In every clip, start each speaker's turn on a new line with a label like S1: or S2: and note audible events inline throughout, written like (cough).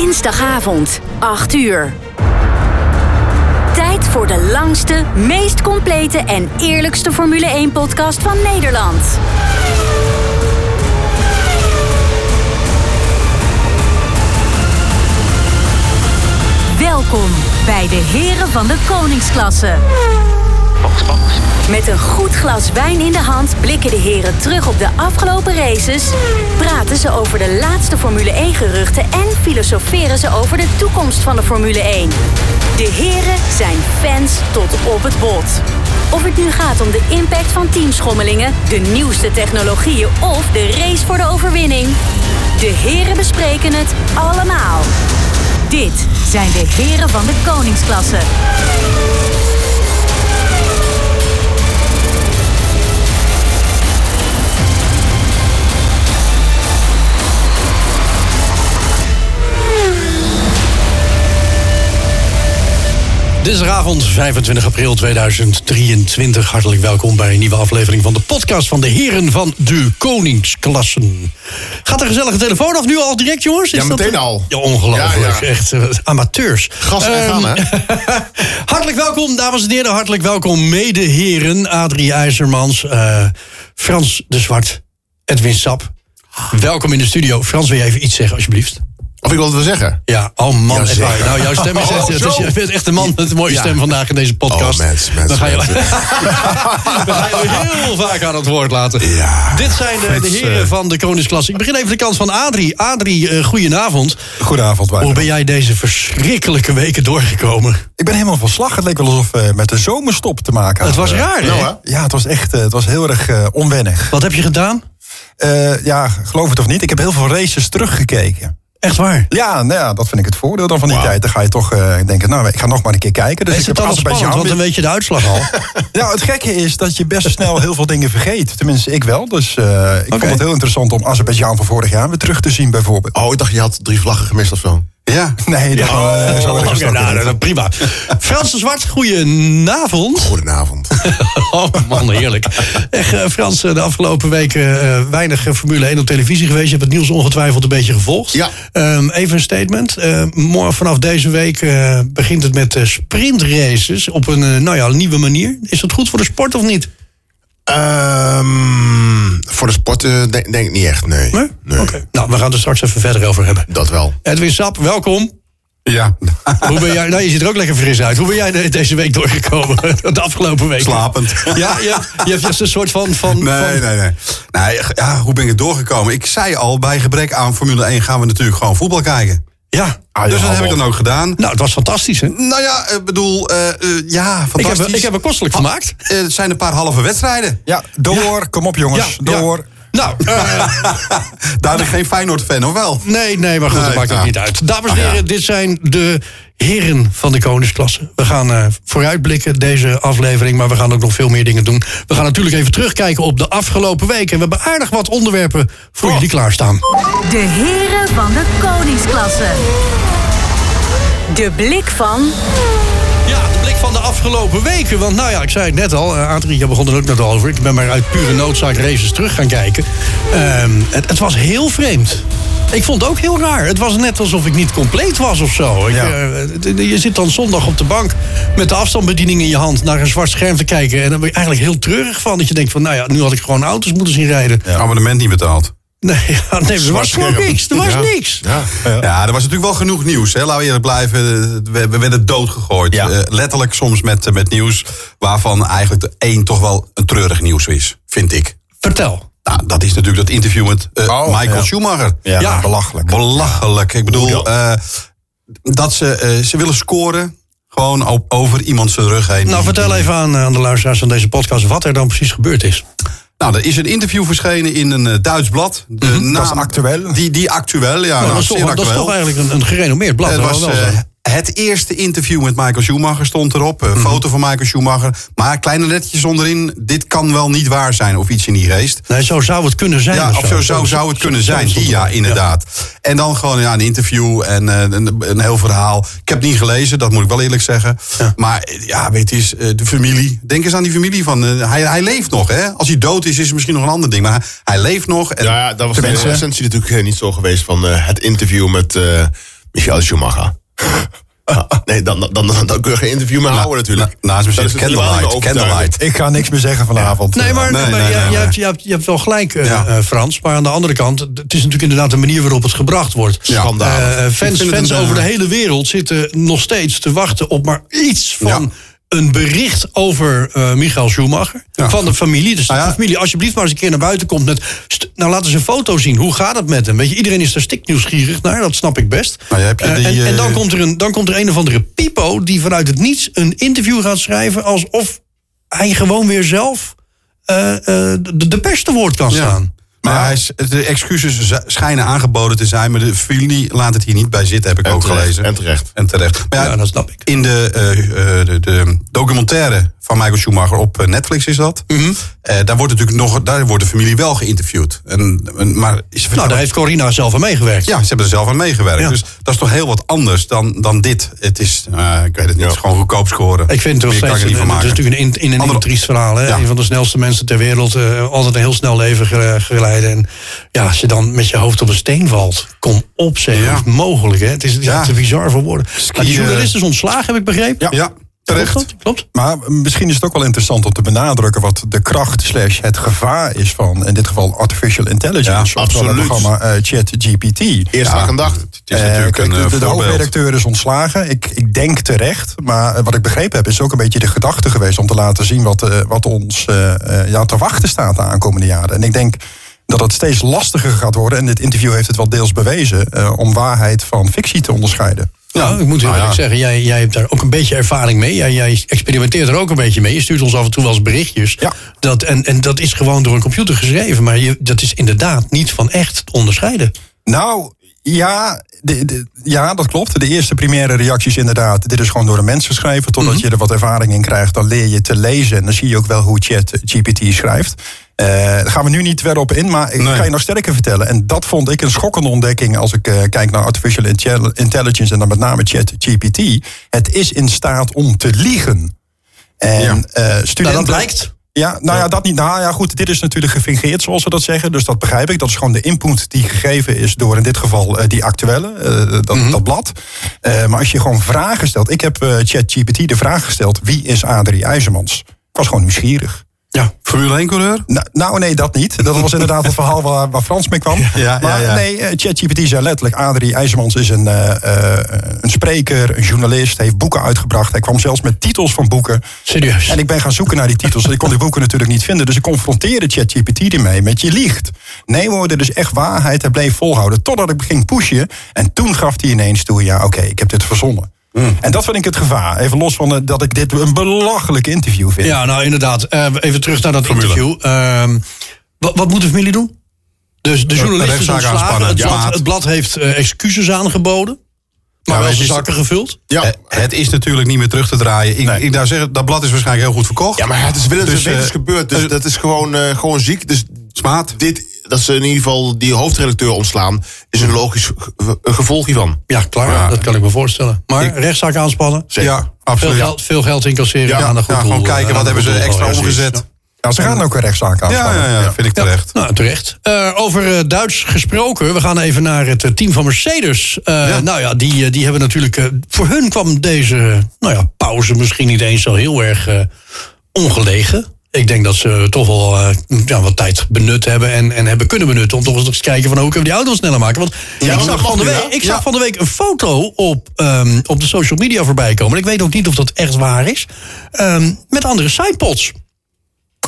S1: Dinsdagavond, 8 uur. Tijd voor de langste, meest complete en eerlijkste Formule 1-podcast van Nederland. Welkom bij de Heren van de Koningsklasse. Met een goed glas wijn in de hand blikken de heren terug op de afgelopen races, praten ze over de laatste Formule 1-geruchten en filosoferen ze over de toekomst van de Formule 1. De heren zijn fans tot op het bot. Of het nu gaat om de impact van teamschommelingen, de nieuwste technologieën of de race voor de overwinning. De heren bespreken het allemaal. Dit zijn de heren van de Koningsklasse.
S2: Dinsdagavond 25 april 2023. Hartelijk welkom bij een nieuwe aflevering van de podcast van de Heren van de Koningsklassen. Gaat de gezellige telefoon af nu al direct, jongens?
S3: Ja,
S2: dat-
S3: meteen al.
S2: Ja, ongelooflijk.
S3: Ja, ja.
S2: Echt eh, amateurs.
S3: Gas en
S2: Ehm,
S3: gaan, hè?
S2: (laughs) hartelijk welkom, dames en heren. Hartelijk welkom, medeheren. Adrie IJzermans, eh, Frans de Zwart, Edwin Sap. Welkom in de studio. Frans, wil je even iets zeggen, alsjeblieft?
S3: Of ik wil het wel zeggen.
S2: Ja, oh man, echt waar.
S3: Jazeker.
S2: Nou, jouw stem is
S3: Oh,
S2: echt, het is,
S3: zo.
S2: je bent echt een man met een mooie
S3: Ja.
S2: stem vandaag in deze podcast.
S3: Oh, mens, mens,
S2: Dan ga je, (laughs)
S3: mens.
S2: We gaan je heel vaak aan het woord laten.
S3: Ja.
S2: Dit zijn de, de
S3: Frits,
S2: heren
S3: eh,
S2: van de Koningsklasse. Ik begin even de kant van Adrie. Adrie, eh, goedenavond.
S4: Goedenavond, Wouter.
S2: Hoe ben jij deze verschrikkelijke weken doorgekomen?
S4: Ik ben helemaal van slag. Het leek wel alsof we met de zomerstop te maken
S2: Het
S4: hadden.
S2: was raar, hè?
S3: Nou, hè?
S4: Ja, het was echt eh, het was heel erg eh, onwennig.
S2: Wat heb je gedaan?
S4: Eh, ja, geloof het of niet, ik heb heel veel races teruggekeken.
S2: Echt waar?
S4: Ja, nou ja, dat vind ik het voordeel dan van die tijd. Dan ga je toch eh, denken, nou, ik ga nog maar een keer kijken. Dus
S2: is
S4: ik
S2: het
S4: heb
S2: dan nog
S4: alles bij
S2: spannend, want dan
S4: beetje
S2: weet je de uitslag al.
S4: aan. (laughs) Nou, het gekke is dat je best snel heel veel dingen vergeet. Tenminste, ik wel. Dus eh, ik
S2: Oké.
S4: vond het heel interessant om Azerbeidzjan van vorig jaar weer terug te zien, bijvoorbeeld.
S3: Oh, ik dacht je had drie vlaggen gemist of zo. Oh, Ja.
S4: Nee, dat, eh, zo erg
S2: Oké,
S4: is dat
S2: nou,
S4: weer niet.
S2: nou, prima. Frans de Zwart, goedenavond.
S3: (laughs) Goedenavond.
S2: Oh man, heerlijk. Echt, eh, Frans, eh, de afgelopen weken eh, weinig eh, Formule 1 op televisie geweest. Je hebt het nieuws ongetwijfeld een beetje gevolgd.
S3: Ja.
S2: Ehm, even een statement. Eh, morgen vanaf deze week eh, begint het met eh, sprintraces op een eh, nou ja, nieuwe manier. Is dat goed voor de sport of niet?
S3: Ehm, voor de sport eh, denk, denk ik niet echt, nee.
S2: Nee? Oké. Nou, we gaan er straks even verder over hebben.
S3: Dat wel.
S2: Edwin Sap, welkom.
S3: (laughs)
S4: Ja,
S5: Ah.
S2: Hoe ben jij, nou, je ziet er ook lekker fris uit. Hoe ben jij de- deze week doorgekomen? (laughs) De afgelopen week?
S5: Slapend.
S2: Ja, je, je hebt dus een soort van...
S5: Nee,
S2: van, van
S5: nee, nee. nee ja, hoe ben ik er doorgekomen? Ik zei al, bij gebrek aan Formule 1 gaan we natuurlijk gewoon voetbal kijken.
S2: Ja.
S4: Ah,
S5: dus dat heb ik dan ook gedaan.
S2: Nou, het was fantastisch, hè?
S5: Nou ja, ik bedoel, eh, eh, ja,
S2: Ik heb,
S5: fantastisch.
S2: ik heb er kostelijk gemaakt.
S5: Eh, het zijn een paar halve wedstrijden.
S4: ja door. Kom op, jongens. door.
S2: Nou, eh,
S5: (laughs) Daar ben ik geen Feyenoord-fan, of wel?
S2: nee, nee, maar goed, dat
S5: Nee,
S2: maakt ook
S5: ja.
S2: niet uit. Dames en
S5: Ah, ja.
S2: heren, dit zijn de heren van de koningsklasse. We gaan eh, vooruitblikken deze aflevering, maar we gaan ook nog veel meer dingen doen. We gaan natuurlijk even terugkijken op de afgelopen week. En we hebben aardig wat onderwerpen voor
S5: Oh.
S2: jullie klaarstaan.
S1: De heren van de koningsklasse. De blik van
S2: Ja, de blik van de afgelopen weken. Want nou ja, ik zei het net al, eh, Adrie, je begon er ook net al over. Ik ben maar uit pure noodzaak races terug gaan kijken. Ehm, het, het was heel vreemd. Ik vond het ook heel raar. Het was net alsof ik niet compleet was of zo. Ik,
S4: Ja.
S2: eh, d- d- je zit dan zondag op de bank met de afstandsbediening in je hand... naar een zwart scherm te kijken. En dan ben je eigenlijk heel treurig van. Dat je denkt van, nou ja, nu had ik gewoon auto's moeten zien rijden.
S5: Abonnement niet betaald.
S2: Nee, (laughs) ja, nee, er was gewoon
S3: scherm.
S2: niks. Er was
S3: Ja.
S2: niks.
S3: Ja.
S5: Ja. er was natuurlijk wel genoeg nieuws. Hè? Laten we eerlijk blijven. eh, We, we werden doodgegooid. Eh, letterlijk soms met, eh, met nieuws waarvan eigenlijk de één toch wel een treurig nieuws is, vind ik.
S2: Vertel.
S5: Nou, dat is natuurlijk dat interview met eh,
S4: Oh,
S5: Michael
S4: ja.
S5: Schumacher.
S4: Ja, Ja. belachelijk.
S5: Belachelijk. Ik bedoel, eh, dat ze, eh, ze willen scoren gewoon op, over iemand zijn rug heen.
S2: Nou, vertel even aan, eh, aan de luisteraars van deze podcast... wat er dan precies gebeurd is.
S5: Nou, er is een interview verschenen in een eh, Duits blad. De
S2: Mhm.
S5: naam-
S4: Dat is actueel.
S5: Die, die actueel, ja.
S2: Nou,
S5: nou,
S2: dat, is
S5: zeer
S2: toch, dat is
S5: actueel.
S2: toch eigenlijk een, een gerenommeerd blad.
S5: Het
S2: dat
S5: was
S2: wel wel
S5: eh,
S2: zo.
S5: het eerste interview met Michael Schumacher stond erop.
S2: Mhm.
S5: Een foto van Michael Schumacher. Maar kleine lettertjes onderin. Dit kan wel niet waar zijn of iets in die geest.
S2: nee, zo zou het kunnen zijn.
S5: Ja, of zo, zo zou het kunnen zijn. Die, ja, inderdaad. En dan gewoon ja, een interview en eh, een, een heel verhaal. Ik heb het niet gelezen, dat moet ik wel eerlijk zeggen. Maar eh, ja, weet je, eens, eh, de familie. Denk eens aan die familie van. eh, hij, hij leeft nog, hè? Als hij dood is, is het misschien nog een ander ding. Maar hij, hij leeft nog. En Nou,
S3: Ja, ja, dat was in de essentie natuurlijk eh, niet zo geweest van eh, het interview met, eh, Michel Schumacher. Ja, nee, dan, dan, dan, dan kun je geen interview meer houden nou, natuurlijk.
S5: na- naast
S3: Dat
S5: Mercedes
S3: is het minimale
S5: Candlelight.
S3: overtuiging.
S5: Candlelight. eh,
S4: Ik ga niks meer zeggen vanavond.
S2: Nee, maar,
S5: Nee,
S2: maar
S5: nee,
S2: je,
S5: nee,
S2: je
S5: nee.
S2: Hebt, je, hebt, je hebt wel gelijk, eh,
S5: Ja.
S2: eh, Frans. Maar aan de andere kant, d- het is natuurlijk inderdaad de manier waarop het gebracht wordt.
S5: Ja.
S2: Eh,
S5: Schandalig. Ik
S2: fans
S5: vind het
S2: fans
S5: een,
S2: over de
S5: eh,
S2: hele wereld zitten nog steeds te wachten op maar iets van.
S5: Ja.
S2: Een bericht over eh, Michael Schumacher. Van de familie. Dus
S5: Nou ja.
S2: de familie, alsjeblieft maar eens een keer naar buiten komt met. "St- Nou, laten ze een foto zien. Hoe gaat het met hem? Weet je, iedereen is daar stiknieuwsgierig naar. Dat snap ik best.
S5: Nou ja, heb je
S2: Eh,
S5: die,
S2: en, en dan,
S5: eh,
S2: komt er een, dan komt er een of andere Pipo. die vanuit het niets een interview gaat schrijven. alsof hij gewoon weer zelf eh, eh, de, de pers te woord kan
S5: Ja.
S2: staan.
S5: Maar hij is- de excuses z- schijnen aangeboden te zijn, maar de familie laat het hier niet bij zitten, heb ik
S3: En
S5: ook
S3: terecht,
S5: gelezen.
S3: en terecht.
S5: En terecht. Maar ja,
S2: Ja, dat snap ik. Nou,
S5: In de, eh, eh, de, de documentaire van Michael Schumacher op eh, Netflix is dat.
S2: Mhm.
S5: Eh, daar wordt natuurlijk nog, daar wordt de familie wel geïnterviewd. En, en- maar ze
S2: Nou, daar heeft Corina zelf aan meegewerkt.
S5: ja, ze hebben er zelf aan meegewerkt.
S2: Ja.
S5: Dus dat is toch heel wat anders dan, dan dit. Het is, eh, ik weet het niet, het is gewoon goedkoop scoren.
S2: Ik vind het wel
S5: Meer kan
S2: steeds.
S5: ik er niet van
S2: het is
S5: maken.
S2: natuurlijk een, in, in een
S5: Andere-
S2: triest verhaal. Hè?
S5: Ja.
S2: Een van de snelste mensen ter wereld. eh, altijd een heel snel leven ge- geleid. En ja, als je dan met je hoofd op een steen valt. Kom op, zeg.
S5: Ja.
S2: Hoe is het mogelijk, hè? Het is, het is
S5: Ja.
S2: te bizar voor woorden. Maar die
S5: eh,
S2: journalist is ontslagen, heb ik begrepen.
S5: Ja, terecht.
S2: Klopt dat? Klopt.
S4: Maar misschien is het ook wel interessant om te benadrukken wat de kracht slash het gevaar is van in dit geval artificial intelligence.
S3: Ja,
S4: Of van het
S3: absoluut.
S4: programma eh, ChatGPT.
S3: Eerst aan gedacht. Het is
S4: Eh,
S3: natuurlijk
S4: kijk,
S3: een
S4: de-
S3: eh,
S4: de, de
S3: voorbeeld.
S4: hoofdredacteur is ontslagen. Ik, ik denk terecht. Maar eh, wat ik begrepen heb, is ook een beetje de gedachte geweest om te laten zien wat, eh, wat ons eh, eh, ja, te wachten staat de aankomende jaren. En ik denk dat het steeds lastiger gaat worden. En dit interview heeft het wel deels bewezen eh, om waarheid van fictie te onderscheiden.
S2: Ja, Nou, ik moet heel eerlijk zeggen, jij, jij hebt daar ook een beetje ervaring mee. Jij, jij experimenteert er ook een beetje mee. Je stuurt ons af en toe wel eens berichtjes.
S4: Ja.
S2: Dat, en, en dat is gewoon door een computer geschreven. Maar je, dat is inderdaad niet van echt te onderscheiden.
S4: Nou, ja, de, de- ja, dat klopt. De eerste primaire reacties inderdaad. Dit is gewoon door een mens geschreven. Totdat je er wat ervaring in krijgt, dan leer je te lezen. En dan zie je ook wel hoe chat eh, GPT schrijft. Eh, daar gaan we nu niet verder op in, maar ik
S5: Nee.
S4: kan je nog sterker vertellen. En dat vond ik een schokkende ontdekking als ik eh, kijk naar artificial intel- intelligence en dan met name chat GPT. Het is in staat om te liegen. En
S5: Ja.
S4: eh, ja.
S2: Nou, dat blijkt.
S4: Ja, nou ja, dat niet. Nou ja, goed, dit is natuurlijk gefingeerd, zoals ze dat zeggen. Dus dat begrijp ik. Dat is gewoon de input die gegeven is door in dit geval eh, die actuele, eh, dat,
S5: Mhm.
S4: dat blad. Eh, maar als je gewoon vragen stelt. Ik heb eh, ChatGPT de vraag gesteld: wie is Adrie IJzermans? Ik was gewoon nieuwsgierig.
S2: Ja.
S5: Formule 1 coureur?
S4: Nou, nou, nee, dat niet. Dat was inderdaad het verhaal waar, waar Frans mee kwam.
S5: (laughs) ja,
S4: maar
S5: ja.
S4: nee, eh, ChatGPT zei letterlijk... Adrie IJzermans is een, eh, eh, een spreker, een journalist, heeft boeken uitgebracht. Hij kwam zelfs met titels van boeken.
S2: Serieus.
S4: En ik ben gaan zoeken naar die titels. Ik kon die boeken natuurlijk niet vinden. Dus ik confronteerde ChatGPT ermee met je liegt. Nee hoor, dit is echt waarheid. Hij bleef volhouden totdat ik ging pushen. En toen gaf hij ineens toe, ja oké, ik heb dit verzonnen. En dat vind ik het gevaar. Even los van eh, dat ik dit een belachelijk interview vind.
S2: Ja, nou inderdaad. Eh, even terug naar dat interview. Ehm, wat, wat moet de familie doen? Dus de journalist is
S5: rechtszaak
S2: ontslagen.
S5: aanspannen,
S2: Het
S5: ja.
S2: blad, het blad heeft eh, excuses aangeboden. Maar wel
S5: het
S2: zijn
S5: is-
S2: zakken gevuld.
S3: Ja.
S5: Eh, het is natuurlijk niet meer terug te draaien. Ik, ik daar zeggen, dat blad is waarschijnlijk heel goed verkocht.
S3: ja, maar het is willens
S5: Dus,
S3: en wetens
S5: eh,
S3: gebeurd. Dus
S5: eh,
S3: dat is gewoon, eh, gewoon ziek. Dus
S5: Smaad.
S3: Dit, dat ze in ieder geval die hoofdredacteur ontslaan... is een logisch ge- gevolg hiervan.
S2: Ja, klaar.
S5: Ja.
S2: Dat kan ik me voorstellen. Maar rechtszaak aanspannen.
S3: Zeker.
S5: Ja,
S2: Veel
S5: absoluut.
S2: geld, veel geld incasseren
S5: Ja,
S2: aan een goed
S5: ja, gewoon
S2: doel, eh,
S5: kijken
S2: aan
S5: wat
S2: een
S5: hebben
S2: goed
S5: ze
S2: doel.
S5: extra
S2: Ja, precies.
S5: omgezet.
S4: Ja, Nou, ze gaan ook een rechtszaak
S5: Ja,
S4: aanspannen.
S5: ja, ja, vind ik
S2: Ja,
S5: terecht.
S2: Nou, terecht. Eh, over eh, Duits gesproken, we gaan even naar het eh, team van Mercedes. Eh, Nou ja, die, eh, die hebben natuurlijk... eh, voor hun kwam deze eh, nou ja, pauze misschien niet eens zo heel erg eh, ongelegen. Ik denk dat ze toch wel eh, ja, wat tijd benut hebben en, en hebben kunnen benutten... om toch eens te kijken van hoe kunnen we die auto sneller maken. Want ik,
S3: dat
S2: zag
S3: mag
S2: van, de
S3: nu,
S2: week,
S3: hè?
S2: ik zag van de week een foto op, ehm, op de social media voorbij komen. Ik weet ook niet of dat echt waar is. Ehm, met andere sidepods.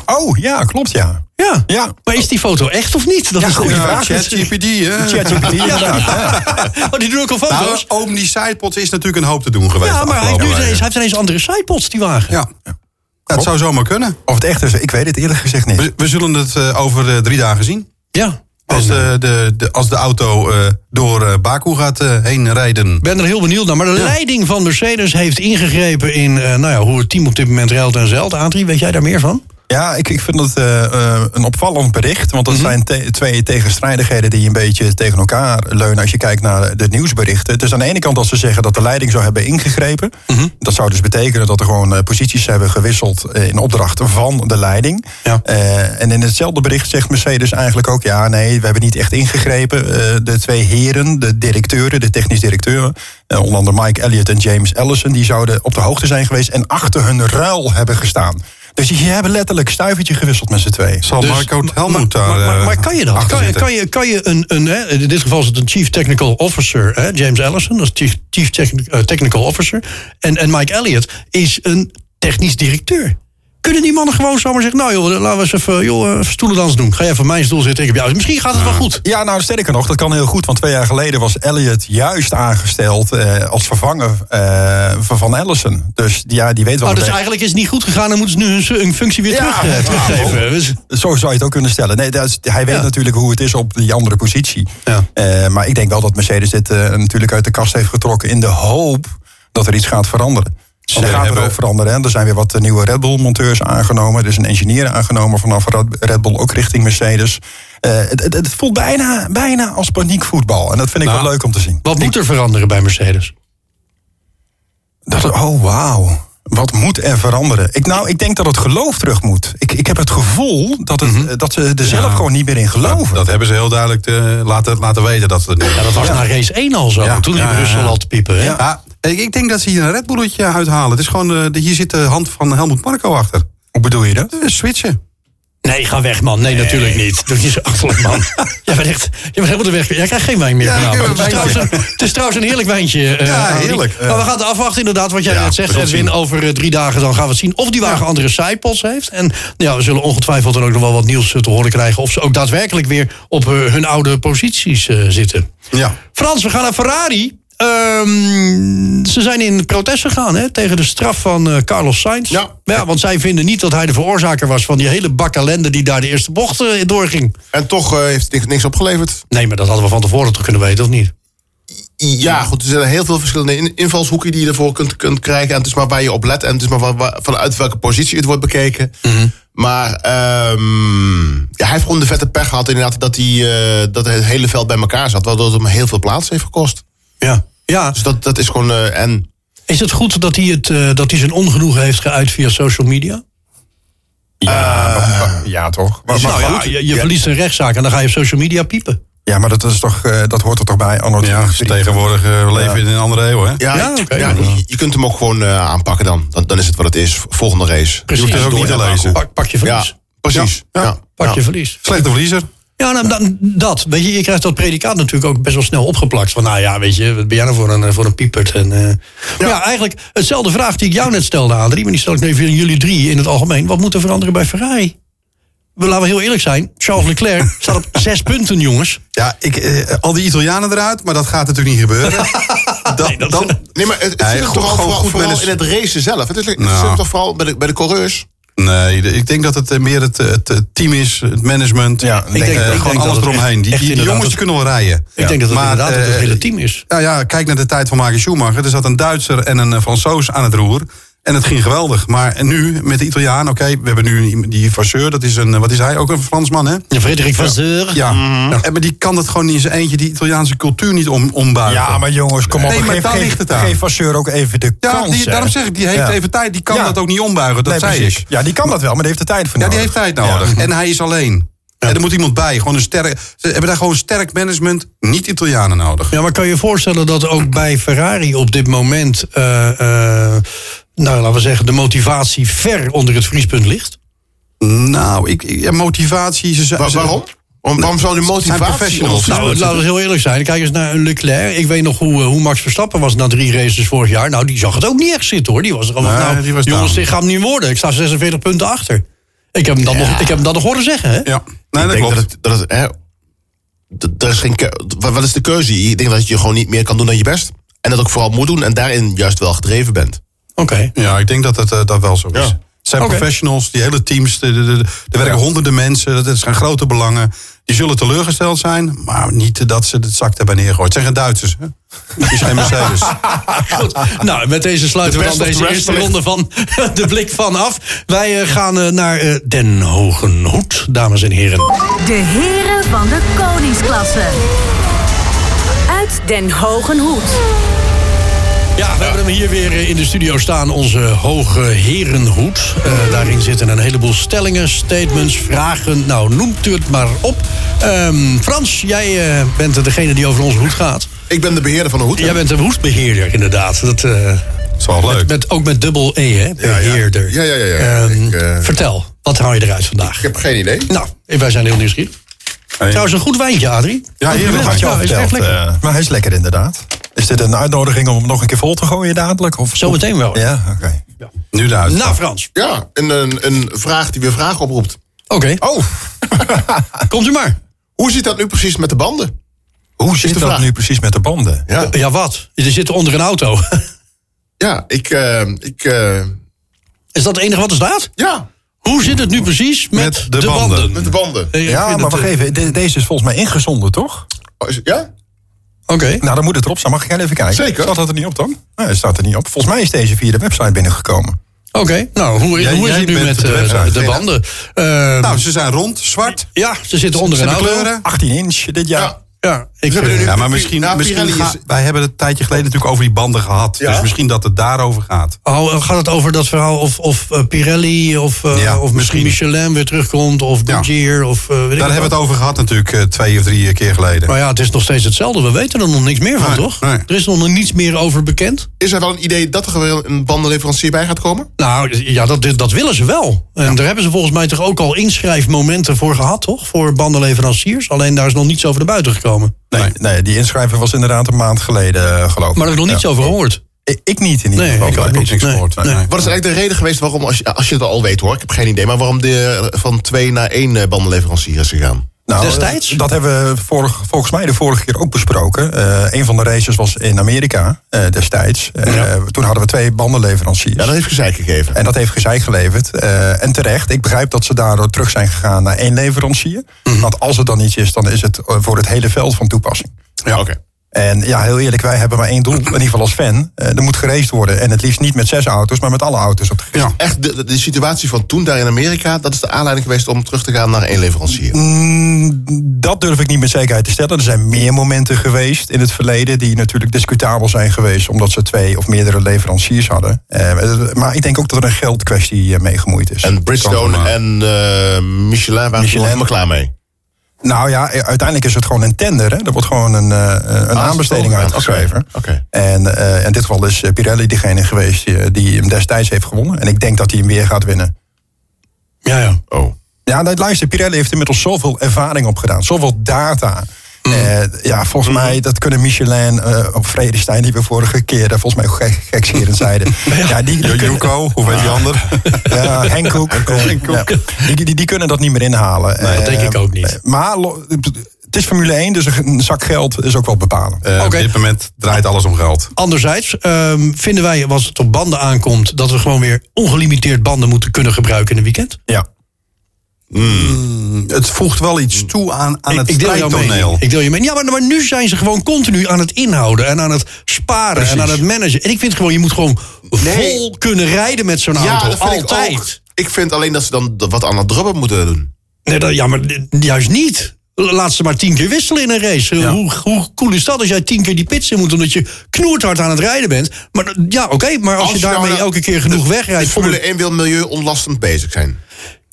S4: Oh ja, klopt ja.
S2: Ja.
S4: (laughs) Ja.
S2: maar is die foto echt of niet? Dat
S4: Ja,
S2: is de
S4: goeie
S2: vraag.
S4: vraag.
S5: ChatGPT, hè?
S4: ChatGPT inderdaad. Ja.
S2: Oh, die doen ook al
S5: Nou,
S2: foto's.
S5: om die sidepods is natuurlijk een hoop te doen geweest.
S2: ja,
S5: de
S2: maar hij heeft,
S5: afgelopen
S2: nu ineens, hij
S5: weken.
S2: heeft ineens andere sidepods, die wagen.
S5: Ja. Ja, het zou zomaar kunnen.
S4: Of het echt is, ik weet het eerlijk gezegd niet.
S5: We, we zullen het eh, over eh, drie dagen zien.
S2: Ja.
S5: Als de, de, de- als de auto eh, door eh, Baku gaat eh, heen rijden.
S2: Ik ben er heel benieuwd naar. Maar de leiding van Mercedes heeft ingegrepen in eh, nou ja, hoe het team op dit moment ruilt en zeilt. Adrie, weet jij daar meer van?
S4: Ja, ik, ik vind het eh, eh, een opvallend bericht. Want dat zijn te- twee tegenstrijdigheden die een beetje tegen elkaar leunen als je kijkt naar de nieuwsberichten. Het is aan de ene kant dat ze zeggen dat de leiding zou hebben ingegrepen. Dat zou dus betekenen dat er gewoon eh, posities hebben gewisseld eh, in opdracht van de leiding.
S2: Ja.
S4: Eh, en in hetzelfde bericht zegt Mercedes eigenlijk ook: ja, nee, we hebben niet echt ingegrepen. Eh, de twee heren, de directeuren, de technisch directeuren, eh, onder andere Mike Elliott en James Ellison, die zouden op de hoogte zijn geweest en achter hun ruil hebben gestaan. Dus die hebben letterlijk stuivertje gewisseld met z'n Dus- twee.
S5: Zal
S2: Dus
S5: Marco Helmoet daar...
S2: Maar, maar,
S5: eh,
S2: maar kan je dat?
S5: achter
S2: Kan, je-
S5: zitten?
S2: kan je, kan je een, een hè, in dit geval is het een chief technical officer, hè, James Allison, dat is chief, chief techni- eh, technical officer. En, en Mike Elliott is een technisch directeur. Kunnen die mannen gewoon zomaar zeggen, nou joh, laten we eens even, joh, eh, even stoelendans doen. Ga jij van mijn stoel zitten, ik heb jou. Misschien gaat het wel goed.
S4: Ja, nou sterker nog, dat kan heel goed. Want twee jaar geleden was Elliot juist aangesteld eh, als vervanger eh, van Van Ellison. Dus ja, die weet wel
S2: Oh, dus
S4: een beetje-
S2: eigenlijk is het niet goed gegaan en moeten ze nu hun, hun functie weer
S4: Ja,
S2: terug, eh,
S4: ja,
S2: teruggeven. Dus-
S4: Zo zou je het ook kunnen stellen. Nee, dat is- hij weet
S2: Ja.
S4: natuurlijk hoe het is op die andere positie.
S2: Ja.
S4: Eh, maar ik denk wel dat Mercedes dit eh, natuurlijk uit de kast heeft getrokken... in de hoop dat er iets gaat veranderen. Want er
S5: Ze
S4: gaat
S5: hebben-
S4: er ook veranderen. Hè. Er zijn weer wat eh, nieuwe Red Bull-monteurs aangenomen. Er is een engineer aangenomen vanaf Rad- Red Bull, ook richting Mercedes. Eh, het, het, het voelt bijna, bijna als paniekvoetbal. En dat vind ik
S5: Nou.
S4: wel leuk om te zien.
S2: Wat moet er veranderen bij Mercedes?
S4: Dat, oh, wauw. Wat moet er veranderen? Ik, nou, ik denk dat het geloof terug moet. Ik, ik heb het gevoel dat, het, eh, dat ze er zelf gewoon niet meer in geloven.
S5: Dat hebben ze heel duidelijk eh, laten, laten weten dat ze het niet
S2: Ja, dat was na race 1 al zo.
S5: Ja,
S2: Toen liep
S5: ja, ja,
S2: Russell
S5: ja.
S2: al te piepen. Hè?
S5: Ja, Ah, ik, ik denk dat ze hier een Red Bulletje uithalen. Het is gewoon, eh, de, hier zit de hand van Helmut Marco achter.
S4: Hoe bedoel je dat?
S5: Eh, switchen.
S2: Nee, ga weg, man. Nee, natuurlijk niet. Doe niet zo achterlijk,
S5: (laughs)
S2: man. jij bent echt... Jij bent helemaal de weg. Jij krijgt geen wijn meer
S5: Ja, ik
S2: vanavond.
S5: heb
S2: Het
S5: een
S2: is, trouwens
S5: wijntje.
S2: een, het is trouwens een heerlijk wijntje. eh,
S5: Ja,
S2: Arie.
S5: heerlijk, eh.
S2: Maar we gaan het afwachten, inderdaad. Wat jij
S5: Ja,
S2: net
S5: we
S2: zegt,
S5: gaan het
S2: Edwin.
S5: zien.
S2: Over eh, drie dagen dan gaan we het zien of die wagen andere sidepods heeft. En ja, we zullen ongetwijfeld dan ook nog wel wat nieuws eh, te horen krijgen. Of ze ook daadwerkelijk weer op eh, hun oude posities eh, zitten.
S5: Ja.
S2: Frans, we gaan naar Ferrari. Ehm, ze zijn in protest gegaan hè, tegen de straf van eh, Carlos Sainz.
S5: Ja.
S2: want zij vinden niet dat hij de veroorzaker was van die hele bak ellende die daar de eerste bocht eh, doorging.
S3: En toch eh, heeft het niks- niks opgeleverd.
S2: Nee, maar dat hadden we van tevoren toch kunnen weten, of niet?
S3: Ja, goed, er zijn heel veel verschillende in- invalshoeken die je ervoor kunt, kunt krijgen. En het is maar waar je op let en het is maar wa- wa- vanuit welke positie het wordt bekeken. Maar ehm, ja, hij heeft gewoon de vette pech gehad inderdaad dat, hij, eh, dat het hele veld bij elkaar zat. Waardoor het hem heel veel plaats heeft gekost.
S2: Ja. ja.
S3: Dus dat, dat is gewoon... eh, en
S2: Is het goed dat hij, het, eh, dat hij zijn ongenoegen heeft geuit via social media?
S4: Ja, toch? Maar, maar
S2: nou ja,
S4: goed.
S2: je, je verliest een rechtszaak en dan ga je op social media piepen.
S4: Ja, maar dat, is toch, eh, dat hoort er toch bij? Anno
S5: Ja,
S4: 2023?
S5: tegenwoordig eh, we leven in een andere eeuw, hè?
S3: Ja,
S2: Ja,
S3: ja,
S2: oké.
S3: je, je kunt hem ook gewoon eh, aanpakken dan. dan. Dan is het wat het is. Volgende race.
S2: Precies. nou,
S5: hoeft het ook
S3: Door
S5: niet te
S3: en
S5: lezen.
S2: Pak, pak je
S3: Ja,
S2: verlies.
S3: precies. Ja.
S2: Pak je verlies.
S5: Slechte verliezer.
S2: Ja, nou, dan, dat. Weet je, je krijgt dat predicaat natuurlijk ook best wel snel opgeplakt. Van nou ja, weet je, wat ben jij nou voor een, eh, voor een piepert? En, eh, maar ja. eigenlijk hetzelfde vraag die ik jou net stelde, Adrie. Maar die stel ik nu even aan jullie drie in het algemeen. Wat moet er veranderen bij Ferrari? We, laten we heel eerlijk zijn. Charles (laughs) Leclerc staat op zes punten, jongens.
S5: Ja, ik, eh, al die Italianen eruit, maar dat gaat natuurlijk niet
S2: (laughs)
S5: gebeuren. (laughs) Dan-
S2: Nee, dat-
S5: dan,
S3: Nee, maar het, het
S5: Nee,
S3: zit hem
S5: goed-
S3: toch al
S5: gewoon
S3: vooral,
S5: goed
S3: vooral
S5: willen-
S3: in het racen zelf. Het, is, het
S5: Nou.
S3: zit hem toch vooral bij de, bij de coureurs.
S5: nee, de- ik denk dat het eh, meer het, eh, het eh, team is, het management.
S4: Ja, ik
S5: ik
S4: denk-
S5: denk,
S4: ik
S2: denk
S5: gewoon
S2: dat
S5: alles
S2: het echt-
S5: eromheen. Die,
S2: echt
S5: die, die
S2: inderdaad
S5: jongens die
S2: het-
S5: kunnen wel rijden.
S2: Ik denk dat het
S5: Maar,
S2: inderdaad het,
S5: eh,
S2: hele team is.
S5: Nou ja, kijk naar de tijd van Marcus Schumacher. Er zat een Duitser en een eh, Fransoos aan het roer. En het ging geweldig. Maar nu, met de Italiaan, oké, we hebben nu die- die Vasseur. Dat is een, eh, wat is hij? Ook een Fransman, hè?
S2: Ja, Frederik van Zeur.
S5: Ja. Mhm. En, maar die kan dat gewoon in zijn eentje, die Italiaanse cultuur niet om, ombuigen.
S4: Ja, maar jongens, kom op.
S5: Nee, maar daar ligt het aan.
S4: Geef Vasseur ook even de
S5: Ja,
S4: kans.
S5: die,
S4: hè.
S5: daarom zeg ik, die heeft
S4: Ja.
S5: even tijd. Die kan
S4: Ja.
S5: dat ook niet ombuigen, dat
S4: Nee,
S5: zei
S4: precies. Mhm.
S5: ik.
S4: Ja, die kan dat wel, maar die heeft er tijd voor
S5: Ja, die
S4: nodig.
S5: heeft tijd nodig.
S4: (laughs)
S5: En hij is alleen. En er moet iemand bij. Gewoon een sterk, ze hebben daar gewoon sterk management, niet Italianen nodig.
S2: Ja, maar kan je je voorstellen dat ook bij Ferrari op dit moment, eh, eh, nou laten we zeggen, de motivatie ver onder het vriespunt ligt?
S5: Nou, ik, ik- ja, motivatie. Ze, ze-
S3: Wa-
S5: ze-
S3: waarom? Waarom, waarom zou de motivatie...
S5: professionals.
S3: ons-
S2: Nou, laten we heel eerlijk zijn. Kijk eens naar een Leclerc. Ik weet nog hoe, eh, hoe Max Verstappen was na drie races vorig jaar. Nou, die zag het ook niet echt zitten hoor. Die was er allemaal
S5: Nee,
S2: van, nou,
S5: die was
S2: jongens,
S5: down.
S2: dit gaat hem niet worden. Ik sta 46 punten achter. Ik heb hem dan, nog, ik heb hem dan nog horen zeggen, hè?
S5: Ja, nee,
S3: Ik
S5: dat
S3: denk
S5: klopt.
S3: dat het... Dat het hè, dat- er is geen keu- wa- wat is de keuze? Ik denk dat je gewoon niet meer kan doen dan je best. En dat ook vooral moet doen en daarin juist wel gedreven bent.
S2: Oké. (laughs)
S5: Ja, ik denk dat het eh, dat wel zo is.
S3: Ja.
S5: zijn
S2: Oké.
S5: professionals, die hele teams, de- de- de- er werken honderden mensen, dat- dat zijn grote belangen. Die zullen teleurgesteld zijn, maar niet dat ze het zak hebben neergooid. Het zijn geen Duitsers, hè? Het is geen
S4: (laughs)
S5: Mercedes.
S2: Goed. Nou, met deze sluiten we
S3: The
S2: dan
S3: best of
S2: deze
S3: the
S2: eerste
S3: rest
S2: ronde van (laughs) de blik van af. Wij eh, gaan eh, naar eh, Den Hogenhoed, dames en heren.
S1: De heren van de koningsklasse. Uit Den Hogenhoed.
S2: Ja, we hebben hem hier weer eh, in de studio staan, onze hoge herenhoed. Eh, daarin zitten een heleboel stellingen, statements, vragen. Nou, noemt u het maar op. Ehm, Frans, jij eh, bent degene die over onze hoed gaat.
S3: Ik ben de beheerder van de hoed.
S2: Jij bent een hoedbeheerder, inderdaad. Dat, eh,
S5: Dat is wel leuk.
S2: met, ook met dubbel E, hè? Beheerder.
S3: Ja, ja, ja, ja.
S2: Ehm,
S3: Ik, eh,
S2: Vertel, wat haal je eruit vandaag?
S3: Ik heb geen idee.
S2: Nou, wij zijn heel nieuwsgierig. Trouwens, een goed wijntje, Adrie.
S5: Ja, heerlijk.
S2: Ja,
S4: Had je
S2: is
S4: al
S2: echt
S4: verteld.
S2: lekker.
S4: eh, maar hij is lekker inderdaad. Is dit een uitnodiging om hem nog een keer vol te gooien dadelijk? Of...
S2: Zometeen wel.
S4: Ja, oké.
S5: Nu de uitslag.
S2: Nou, Frans.
S3: Ja, een, een, een vraag die weer vragen oproept.
S2: Oké,
S4: Oh,
S2: komt u maar.
S3: Hoe zit dat nu precies met de banden?
S4: hoe zit
S3: de
S4: dat
S3: vraag.
S4: nu precies met de banden?
S3: Ja,
S2: Eh, Ja, wat? Je zit onder een auto. (laughs)
S3: ja ik... eh, ik eh,
S2: Is dat het enige wat er staat?
S3: ja,
S2: Hoe zit het nu precies met,
S5: Met de
S2: banden?
S5: banden.
S3: met de banden.
S2: Eh, ik
S4: Ja,
S2: vind
S4: maar
S2: het,
S4: wacht
S2: eh,
S4: even. de- deze is volgens mij ingezonden, toch?
S3: Oh, is- Ja?
S2: Oké.
S4: Nou, dan moet het erop staan. Mag ik heel even kijken?
S3: Zeker.
S4: Staat dat er niet op dan? Nee, het staat er niet op. Volgens mij is deze via de website binnengekomen.
S2: Oké, nou, hoe,
S5: Jij-
S2: hoe is
S5: jij
S2: het nu
S5: bent
S2: met
S5: de
S2: eh,
S5: website,
S2: de
S5: hè?
S2: banden? Eh,
S5: Nou, ze zijn rond, zwart.
S2: ja, ze zitten onder een
S5: Zijn de
S2: auto.
S5: kleuren?
S4: 18 inch dit jaar.
S3: Ja.
S2: Ja, ik,
S3: hebben er nu-
S2: eh,
S5: Ja, maar
S3: Pi-
S5: misschien,
S3: nou,
S5: misschien
S3: Pirelli
S5: ga-
S3: is-
S5: wij hebben het een tijdje geleden natuurlijk over die banden gehad.
S3: Ja.
S5: Dus misschien dat het daarover gaat.
S2: oh, gaat het over dat verhaal of, of eh, Pirelli of, eh,
S5: Ja,
S2: of misschien
S5: misschien.
S2: Michelin weer terugkomt of
S5: Ja.
S2: Goodyear of eh, weet ik
S5: Daar
S2: wat.
S5: hebben we het over gehad natuurlijk eh, twee of drie keer geleden.
S2: Maar ja, het is nog steeds hetzelfde. We weten er nog niks meer van,
S5: Nee,
S2: toch?
S5: nee.
S2: Er is nog niets meer over bekend.
S3: Is er wel een idee dat er weer een bandenleverancier bij gaat komen?
S2: Nou, ja, dat, dat willen ze wel. En daar hebben ze volgens mij toch ook al inschrijfmomenten voor gehad, toch? Voor bandenleveranciers. Alleen daar is nog niets over naar buiten gekomen.
S4: Nee, nee, die inschrijving was inderdaad een maand geleden, eh, geloof ik.
S2: Maar er is nog niets
S4: Ja.
S2: over gehoord.
S4: Ik, ik niet in ieder
S2: Nee,
S4: geval.
S2: ik ook
S4: heb
S2: niet.
S4: niks
S2: Nee,
S4: gehoord.
S2: nee.
S3: Wat is eigenlijk de reden geweest waarom, als je, als je het al weet hoor, ik heb geen idee, maar waarom de eh, van twee naar één eh, bandenleverancier is gegaan?
S4: Nou,
S2: Destijds?
S4: eh, Dat hebben we vorig, volgens mij de vorige keer ook besproken. Eh, een van de races was in Amerika eh, destijds. Eh, Toen hadden we twee bandenleveranciers.
S3: Ja, dat heeft gezeik gegeven.
S4: En dat heeft gezeik geleverd. Eh, en terecht, ik begrijp dat ze daardoor terug zijn gegaan naar één leverancier. Want als er dan iets is, dan is het eh, voor het hele veld van toepassing.
S3: ja, oké.
S4: En ja, heel eerlijk, wij hebben maar één doel, in ieder geval als fan. Eh, er moet geraced worden. En het liefst niet met zes auto's, maar met alle auto's op de grid.
S3: Dus Echt, de, de, de situatie van toen daar in Amerika, dat is de aanleiding geweest om terug te gaan naar één leverancier.
S4: Mm, Dat durf ik niet met zekerheid te stellen. Er zijn meer momenten geweest in het verleden die natuurlijk discutabel zijn geweest, omdat ze twee of meerdere leveranciers hadden. Eh, maar ik denk ook dat er een geldkwestie eh, mee gemoeid is.
S3: En Bridgestone
S5: maar.
S3: en eh, Michelin waren er
S4: Michelin.
S3: helemaal klaar mee.
S4: Nou ja, eh, uiteindelijk is het gewoon een tender. Hè? Er wordt gewoon een, eh, een aanbesteding
S3: oké.
S4: uitgeschreven.
S3: Oké.
S4: En eh, in dit geval is eh, Pirelli degene geweest eh, die hem destijds heeft gewonnen. En ik denk dat hij hem weer gaat winnen.
S2: Ja, ja.
S3: Oh.
S4: Ja, nou, luister, Pirelli heeft inmiddels zoveel ervaring opgedaan. Zoveel data. Eh, ja, volgens mij, dat kunnen Michelin eh, op Vredestein, die we vorige keer eh, volgens mij ook gek- gekscherend zeiden. Ja, die, die kunnen-
S5: Joko, hoe weet die ander?
S4: ja, Henk Hoek. eh, ja. die, die, die kunnen dat niet meer inhalen.
S2: dat
S4: Eh,
S2: denk ik ook niet.
S4: eh, Maar lo- het is Formule 1, dus een zak geld is ook wel bepalend.
S5: Eh,
S2: Oké.
S5: Op dit moment draait alles om geld.
S2: Anderzijds ehm, vinden wij, als het op banden aankomt... dat we gewoon weer ongelimiteerd banden moeten kunnen gebruiken in een weekend.
S4: ja.
S5: Het voegt wel iets toe aan, aan het
S2: jouw mening.
S5: strijdtoneel.
S2: Ik deel je mening. Ja, maar, maar nu zijn ze gewoon continu aan het inhouden en aan het sparen en aan het managen. En ik vind gewoon, je moet gewoon vol kunnen rijden met zo'n auto.
S3: Ja, Nou, dat vind
S2: Altijd.
S3: ik ook. Ik vind alleen dat ze dan d- wat aan het drubben moeten doen.
S2: Nee, dat, ja, maar n- juist niet. Laat ze maar tien keer wisselen in een race. Hoe, hoe cool is dat als jij tien keer die pits in moet... omdat je knoerthard aan het rijden bent. Maar d- ja, oké, maar als, je
S3: nou
S2: daarmee
S3: nou-
S2: elke keer genoeg
S3: de-
S2: wegrijdt...
S3: De Formule 1 wil milieuontlastend bezig zijn.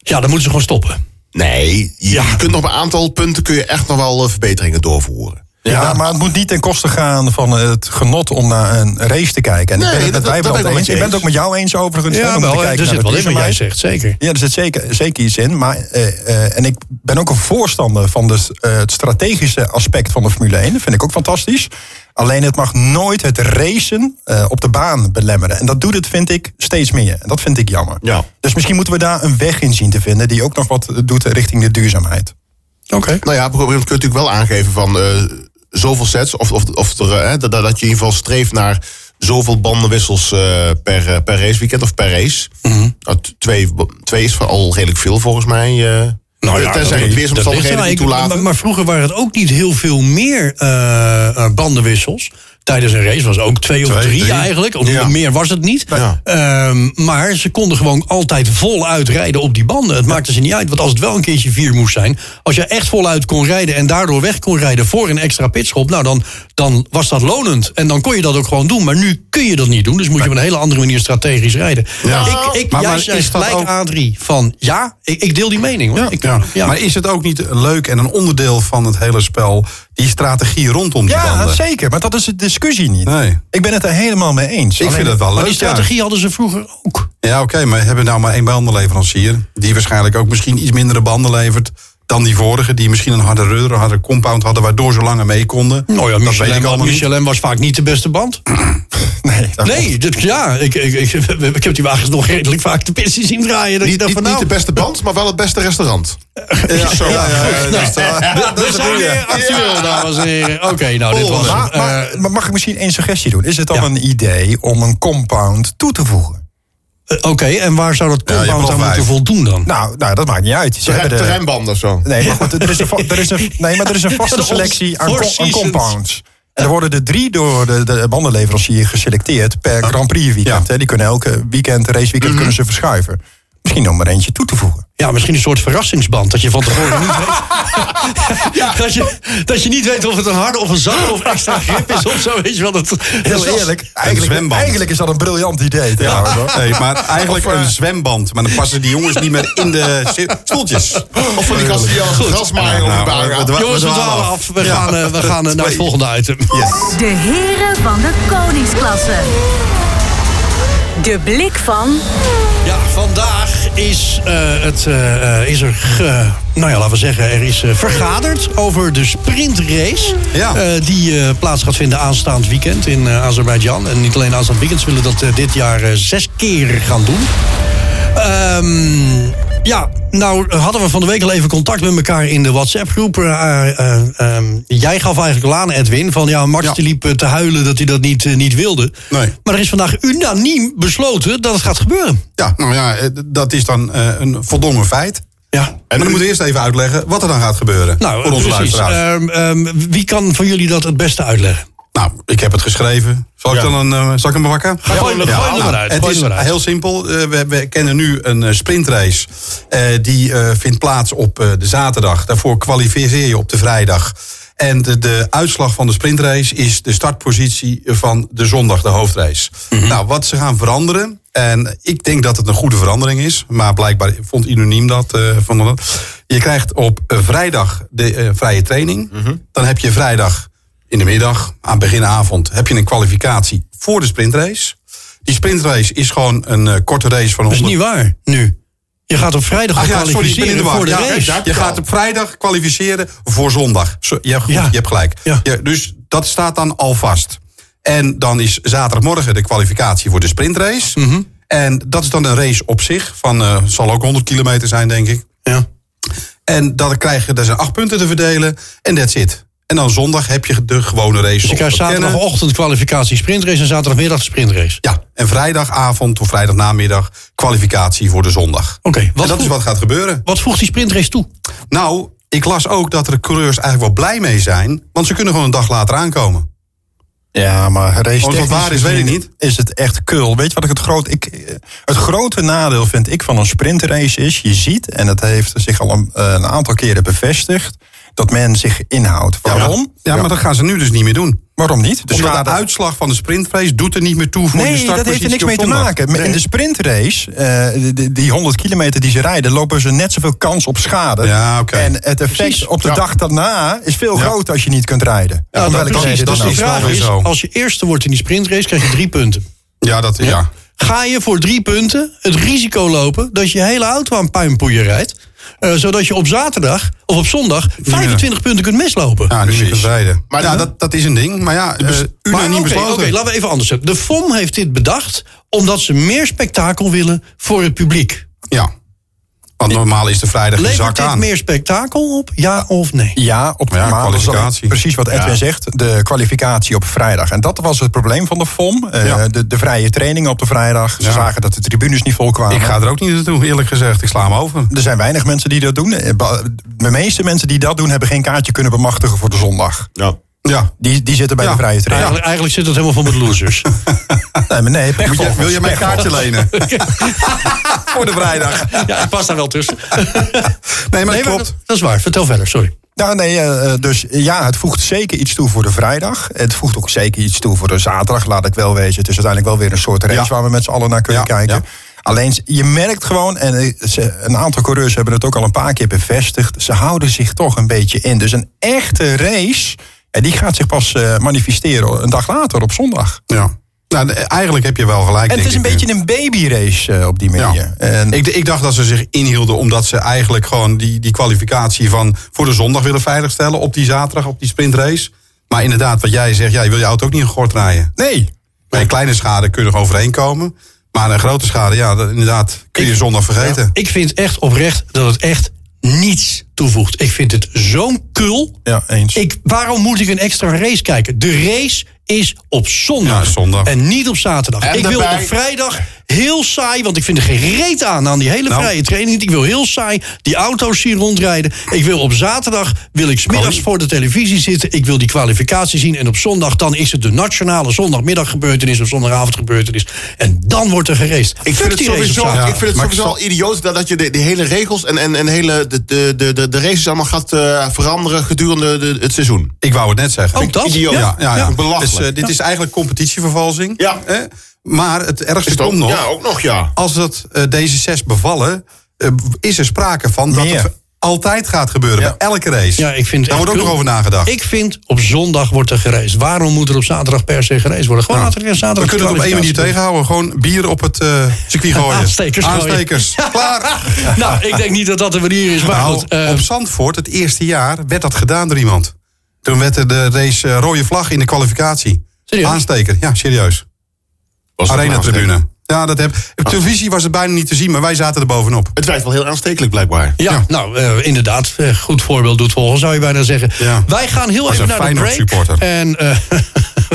S2: Ja, dan moeten ze gewoon stoppen.
S3: Nee, je,
S2: Ja.
S3: je kunt op een aantal punten kun je echt nog wel eh, verbeteringen doorvoeren.
S4: Ja, maar het moet niet ten koste gaan van het genot om naar een race te kijken. En
S3: Nee,
S4: ik ben het
S3: dat-
S4: met wij wel
S3: dat ben ik wel
S4: eens.
S3: met je
S4: Ik ben het ook met
S3: eens.
S4: jou eens overigens. hè,
S2: Ja,
S4: om te
S2: wel,
S4: kijken
S2: er
S4: naar
S2: zit
S4: de
S2: wel in wat jij zegt,
S4: duurzaamheid.
S2: zeker.
S4: Ja, er zit zeker, zeker iets in. Maar, eh, eh, en ik ben ook een voorstander van de, s- eh, het strategische aspect van de Formule 1. Dat vind ik ook fantastisch. Alleen het mag nooit het racen eh, op de baan belemmeren. En dat doet het, vind ik, steeds meer. En dat vind ik jammer.
S3: Ja.
S4: Dus misschien moeten we daar een weg in zien te vinden... die ook nog wat doet richting de duurzaamheid.
S2: Oké.
S3: Nou ja, op een gegeven moment kun je natuurlijk wel aangeven van eh, zoveel sets. Of, of, of er, eh, dat, dat je in ieder geval streeft naar zoveel bandenwissels eh, per, eh, per raceweekend of per race.
S2: Mhm.
S3: Nou, t- twee, twee is al redelijk veel volgens mij. eh. tenzij
S2: Nou dat-
S3: de
S2: dat ligt eraan.
S3: weersomstandigheden niet
S2: Ik-
S3: toelaten.
S2: Maar, maar vroeger waren het ook niet heel veel meer eh, eh, bandenwissels. Tijdens een race was ook twee of
S5: Twee,
S2: drie,
S5: drie.
S2: eigenlijk. Of
S5: Ja.
S2: Meer was het niet.
S3: Ja.
S2: Ehm, maar ze konden gewoon altijd voluit rijden op die banden. Het maakte ze niet uit. Want als het wel een keertje vier moest zijn. Als je echt voluit kon rijden en daardoor weg kon rijden voor een extra pitschop. Nou, dan, dan was dat lonend. En dan kon je dat ook gewoon doen. Maar nu kun je dat niet doen. Dus moet je op een hele andere manier strategisch rijden.
S5: Ja.
S2: Ik, ik,
S5: Maar-
S2: jij
S5: maar
S2: zei
S5: is dat
S2: gelijk
S5: ook-
S2: Adrie van ja, ik, ik deel die mening. Hoor.
S5: Ja,
S2: Ik-
S5: ja. Maar is het ook niet leuk en een onderdeel van het hele spel... die strategie rondom die
S4: Ja,
S5: banden?
S4: zeker. Maar dat is de discussie niet.
S5: Nee.
S4: Ik ben het er helemaal mee eens.
S5: Ik vind dat wel
S2: Maar
S5: leuk,
S2: die strategie hadden ze vroeger ook.
S5: ja. Ja, oké, maar hebben we nou maar één bandenleverancier... die waarschijnlijk ook misschien iets mindere banden levert... dan die vorige, die misschien een harde rudder, een harde compound hadden... waardoor ze langer mee konden.
S3: Nou
S2: ja,
S5: dat weet ik allemaal niet.
S2: was vaak niet de beste
S5: (clears throat)
S2: band.
S4: Nee, dat-
S2: Nee, dat, ja, ik, ik, ik, (laughs) ik heb die wagens nog redelijk vaak de pissie zien draaien. Dat je
S3: Niet,
S2: dacht
S3: niet,
S2: van
S3: niet de
S2: nou,
S3: beste band, maar wel het beste restaurant.
S5: Ja, zo. Ja, ja,
S3: (laughs)
S5: ja, dat is wel- dat
S2: we
S5: is een
S2: zijn
S5: goeie.
S2: weer actueel, dames en heren. Oké, nou, dit was
S4: Maar,
S2: hem.
S4: Ah, maar-
S5: Eh,
S4: maar mag ik misschien één suggestie doen? Is het dan
S2: Ja.
S4: een idee om een compound toe te voegen?
S2: Eh, Oké, en waar zou dat
S5: je hebt
S2: compound
S5: nog
S2: aan moeten
S5: vijf.
S2: voldoen dan?
S4: Nou, nou dat maakt niet uit. Ze
S3: Terrein,
S4: hebben de-
S3: terreinbanden of zo.
S4: Nee, maar goed, er is een, va- er
S5: (laughs)
S4: is een, nee, maar er is een vaste
S2: Ons
S4: selectie aan,
S2: Four
S4: co- aan
S2: Seasons.
S4: compounds. En er worden er drie door de, de bandenleverancier geselecteerd per Grand Prix weekend.
S5: Ah. Ja. Mhm.
S4: hè. Die kunnen elke weekend, raceweekend, kunnen ze verschuiven. Misschien om er eentje toe te voegen.
S2: Nou Ja, misschien een soort verrassingsband. Dat je van tevoren niet weet. (laughs) dat, je, dat je niet weet of het een harde of een zachte of extra grip is of zo. Weet je wel, dat, dat is wel-
S4: Dus eigenlijk,
S5: zwemband.
S4: eigenlijk is dat een briljant idee. trouwens, hoor.
S5: Nee, maar eigenlijk
S3: Of, eh,
S5: een zwemband. Maar dan passen die jongens niet meer in de si- stoeltjes.
S3: Of van die gasten die al een grasmaaier op
S2: nou,
S3: de baan gaan.
S5: we
S2: Jongens, we
S5: dwalen
S2: dwalen af. We gaan, eh, we gaan eh, naar het
S5: Twee.
S2: volgende item.
S1: De heren van de koningsklasse. De blik van
S2: Ja, vandaag is, eh, het, eh, eh, is er, ge- nou ja, laten we zeggen, er is eh, vergaderd over de sprintrace.
S5: Ja.
S2: eh, die eh, plaats gaat vinden aanstaand weekend in eh, Azerbeidzjan. En niet alleen aanstaand weekend, ze willen dat eh, dit jaar eh, zes keer gaan doen. Ehm, ja, nou hadden we van de week al even contact met elkaar in de WhatsApp-groep. Eh, eh, ehm, jij gaf eigenlijk al aan, Edwin, van ja, Max
S5: Ja.
S2: die liep eh, te huilen dat hij dat niet, eh, niet wilde.
S5: Nee.
S2: Maar er is vandaag unaniem besloten dat het gaat gebeuren.
S5: Ja, nou ja, eh, dat is dan eh, een voldongen feit.
S2: Ja.
S5: En dan moeten we eerst even uitleggen wat er dan gaat gebeuren.
S2: Nou,
S5: voor onze
S2: precies.
S3: Eh,
S5: luisteraars.
S2: Ehm, ehm, wie kan van jullie dat het beste uitleggen?
S5: Nou, ik heb het geschreven. Zal ik
S3: Ja.
S5: dan een, eh, zal ik hem bakken?
S2: Ga- gooi hem- gooi hem er maar uit,
S5: Het
S2: gooi
S5: is
S2: hem maar uit.
S5: heel simpel. Eh, we, we kennen nu een eh, sprintrace. Eh, die eh, vindt plaats op eh, de zaterdag. Daarvoor kwalificeer je op de vrijdag. En de, de uitslag van de sprintrace is de startpositie van de zondag, de hoofdrace. Nou, wat ze gaan veranderen. En ik denk dat het een goede verandering is. Maar blijkbaar vond unaniem dat. eh, vonden dat. Je krijgt op eh, vrijdag de eh, vrije training. Dan heb je vrijdag in de middag, aan beginavond, heb je een kwalificatie voor de sprintrace. Die sprintrace is gewoon een eh, korte race van
S2: Dat
S5: 100...
S2: is Dus niet waar, nu. Je gaat op vrijdag al
S5: Ah ja, sorry, ik ben in
S2: kwalificeren
S5: de war.
S2: voor de
S5: Ja,
S2: race.
S5: kijk, je gaat op vrijdag kwalificeren voor zondag. Zo, je, hebt goed,
S2: Ja.
S5: je hebt gelijk.
S2: Ja.
S5: Ja, dus dat staat dan al vast. En dan is zaterdagmorgen de kwalificatie voor de sprintrace.
S2: Mhm.
S5: En dat is dan een race op zich. Van, eh, zal ook 100 kilometer zijn, denk ik.
S2: Ja.
S5: En dan krijg je, daar zijn acht punten te verdelen. En that's it. En dan zondag heb je de gewone race.
S2: Dus je krijgt zaterdagochtend kwalificatie sprintrace en zaterdagmiddag sprintrace.
S5: Ja, en vrijdagavond of vrijdagnamiddag kwalificatie voor de zondag.
S2: Oké, wat
S5: en dat
S2: goed.
S5: is wat gaat gebeuren.
S2: Wat voegt die sprintrace toe?
S5: Nou, ik las ook dat de coureurs eigenlijk wel blij mee zijn, want ze kunnen gewoon een dag later aankomen.
S4: Ja, maar race
S5: Of het waar is, weet ik niet.
S4: Is het echt kul. Weet je wat ik het groot... Ik, eh, het grote nadeel vind ik van een sprintrace is... je ziet, en dat heeft zich al een, eh, een aantal keren bevestigd... dat men zich inhoudt. Waarom?
S5: Ja, maar dat gaan ze nu dus niet meer doen.
S4: Waarom niet?
S5: Dus
S4: Omdat
S5: de
S4: het-
S5: uitslag van de sprintrace doet er niet meer toe voor je
S4: Nee, dat
S5: startpositie
S4: heeft er niks
S5: op
S4: mee te
S5: zondag.
S4: maken. In de sprintrace, eh, die- die, die 100 kilometer die ze rijden... lopen ze net zoveel kans op schade.
S5: Ja, oké.
S4: En het effect
S2: Precies.
S4: op de dag daarna is veel groter als je niet kunt rijden.
S5: dat-
S4: Om welke
S5: dat is-
S4: reden
S5: dat
S4: dan
S5: is
S4: ook.
S5: wel
S2: vraag
S5: weer
S2: Nou, is,
S5: zo.
S2: als je eerste wordt in die sprintrace, krijg je drie punten.
S5: Ja, dat ja.
S2: Ga je voor drie punten het risico lopen dat je hele auto aan puinpoeien rijdt? eh, zodat je op zaterdag of op zondag 25 punten kunt mislopen.
S5: Ja, nu meer rijden.
S3: Maar
S5: Maar ja,
S3: de-
S5: dat, dat is een ding. Maar ja, eh,
S2: Maar
S5: unaniem
S2: oké,
S5: besloten.
S2: Oké, laten we even anders zetten. De FOM heeft dit bedacht omdat ze meer spektakel willen voor het publiek.
S5: Ja. Want normaal is de vrijdag een
S2: Levert
S5: zak
S2: dit
S5: aan.
S2: meer spektakel op? Ja of nee?
S4: Ja, op
S5: Ja,
S4: maar dat is dan
S5: kwalificatie.
S4: Precies wat Edwin
S5: Ja.
S4: zegt, de kwalificatie op vrijdag. En dat was het probleem van de FOM. eh,
S5: Ja.
S4: de, de vrije trainingen op de vrijdag. Ze
S5: Ja.
S4: zagen dat de tribunes niet vol kwamen.
S5: Ik ga er ook niet naartoe, eerlijk gezegd. Ik sla hem over.
S4: Er zijn weinig mensen die dat doen. Eh, ba- De meeste mensen die dat doen, hebben geen kaartje kunnen bemachtigen voor de zondag.
S3: Ja.
S5: Ja.
S4: Die, die zitten bij
S5: Ja.
S4: de vrije training.
S2: Eigenlijk, eigenlijk zit dat helemaal vol met losers.
S4: Nee, maar nee, pech
S5: Moet je-
S4: volgens
S5: wil je
S4: mij,
S5: mijn
S4: pech volgens
S5: kaartje lenen? (laughs) Voor de vrijdag.
S2: (laughs) ja, ik pas daar wel (laughs) tussen.
S5: Nee, maar
S2: Nee, maar
S5: klopt.
S2: dat, dat is waar. Vertel verder, sorry.
S4: Nou, nee, eh, eh, dus ja, het voegt zeker iets toe voor de vrijdag. Het voegt ook zeker iets toe voor de zaterdag, laat ik wel wezen. Het is uiteindelijk wel weer een soort race
S5: Ja.
S4: waar we met z'n allen naar kunnen
S5: Ja,
S4: kijken.
S5: ja.
S4: Alleen, je merkt gewoon, en eh, ze- een aantal coureurs hebben het ook al een paar keer bevestigd... ze houden zich toch een beetje in. Dus een echte race, eh, die gaat zich pas eh, manifesteren een dag later op zondag.
S5: Ja. Nou, de- eigenlijk heb je wel gelijk.
S4: En
S5: denk
S4: het is
S5: ik.
S4: een beetje een babyrace eh, op die manier.
S5: Ja.
S4: En,
S5: Ik, ik dacht dat ze zich inhielden omdat ze eigenlijk gewoon die, die kwalificatie van voor de zondag willen veiligstellen. Op die zaterdag, op die sprintrace. Maar inderdaad, wat jij zegt, ja, je wil je auto ook niet in gort rijden.
S4: nee,
S5: Bij kleine schade kun je nog overheen komen. Maar een grote schade, ja, dat, inderdaad, kun je zondag vergeten.
S2: Ik vind echt oprecht dat het echt niets toevoegt. Ik vind het zo'n kul.
S4: Ja, eens.
S2: Ik, waarom moet ik een extra race kijken? De race is op zondag.
S5: Ja, zondag.
S2: En niet op zaterdag.
S3: En
S2: ik wil
S3: daarbij-
S2: op vrijdag heel saai, want ik vind er geen reet aan aan die hele
S5: Nou.
S2: vrije training. Ik wil heel saai die auto's zien rondrijden. Ik wil op zaterdag, wil ik smiddags voor de televisie zitten. Ik wil die kwalificatie zien. En op zondag, dan is het de nationale zondagmiddaggebeurtenis of zondagavondgebeurtenis. En dan wordt er geraced.
S3: Ik vind, het sowieso,
S5: zaterdag.
S3: ik vind het
S5: Maar
S3: sowieso al idioot dat, dat je de, die hele regels en, en, en hele de, de, de, de, de races allemaal gaat eh, veranderen gedurende de- het seizoen.
S5: Ik wou het net zeggen.
S4: Oh,
S2: Ook dat?
S5: Idioot.
S2: Ja.
S5: Ja, ja, ja.
S2: Ja.
S5: belachelijk.
S3: Dus, eh,
S5: dit is eigenlijk competitievervalsing.
S3: Ja.
S5: Eh, Maar het ergste
S3: het
S5: komt nog.
S3: Ja, ook nog, ja.
S5: als dat, eh, deze zes bevallen, eh, is er sprake van dat
S4: Meer.
S5: het altijd gaat gebeuren bij elke race.
S2: Ja, ik vind het
S5: Daar
S2: echt
S5: wordt ook
S2: kul.
S5: nog over nagedacht.
S2: Ik vind op zondag wordt er geraced. Waarom moet er op zaterdag per se geraced worden? Gewoon
S5: Nou,
S2: laten we weer zaterdag.
S5: we kunnen het op één manier
S2: kwalificatie
S5: tegenhouden. Gewoon bier op het eh, circuit gooien.
S2: (laughs) Aanstekers gooien. (laughs)
S5: Aanstekers. Klaar.
S2: doen. Nou, ik denk niet dat dat de manier is. Maar
S5: (laughs) Nou,
S2: goed, eh,
S5: op Zandvoort, het eerste jaar, werd dat gedaan door iemand. Toen werd er de race eh, rode vlag in de kwalificatie.
S2: Serieus?
S5: Aansteker, ja, serieus.
S3: Was dat
S5: Arena
S3: nou
S5: tribune.
S3: aanstekelijk?
S5: Ja, dat heb. Op televisie was het bijna niet te zien, maar wij zaten er bovenop.
S3: Het werd wel heel aanstekelijk, blijkbaar.
S2: ja, nou, eh, inderdaad. eh, goed voorbeeld doet volgen, zou je bijna zeggen.
S5: Ja.
S2: Wij gaan heel
S5: Was
S2: even
S5: een
S2: naar de break.
S5: Feyenoord supporter.
S2: En eh,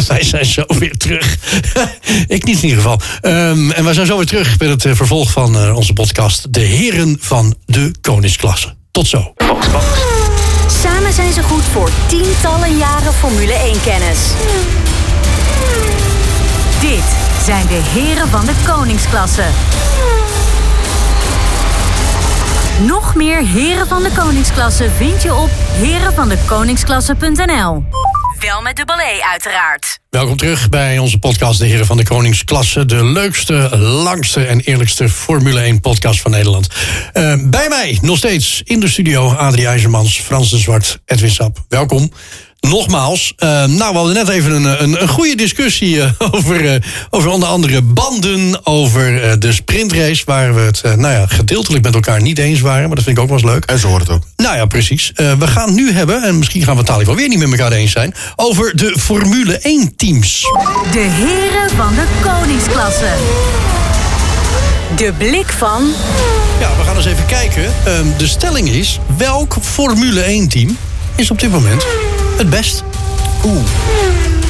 S2: (laughs) wij zijn zo weer terug. (laughs) ik niet in ieder geval. Ehm, en wij zijn zo weer terug met het eh, vervolg van eh, onze podcast. De heren van de koningsklasse. Tot zo.
S1: Samen zijn ze goed voor tientallen jaren Formule 1-kennis. Dit zijn de heren van de koningsklasse. Nog meer heren van de koningsklasse vind je op herenvandekoningsklasse.nl. Wel met dubbel E uiteraard.
S2: Welkom terug bij onze podcast De Heren van de Koningsklasse. De leukste, langste en eerlijkste Formule 1 podcast van Nederland. Eh, bij mij nog steeds in de studio Adrie IJzermans, Frans de Zwart, Edwin Sap. Welkom. Nogmaals, eh, nou we hadden net even een, eh, een, een goede discussie eh, (laughs) over, eh, over onder andere banden, over eh, de sprintrace, waar we het eh, nou ja, gedeeltelijk met elkaar niet eens waren, maar dat vind ik ook wel eens leuk.
S3: En zo hoort het ook.
S2: Nou ja, precies. Eh, we gaan nu hebben, en misschien gaan we het dadelijk wel weer niet met elkaar eens zijn, over de Formule 1-teams.
S1: De heren van de koningsklasse. De blik van
S2: Ja, we gaan eens even kijken. Ehm, de stelling is, welk Formule 1-team is op dit moment het best?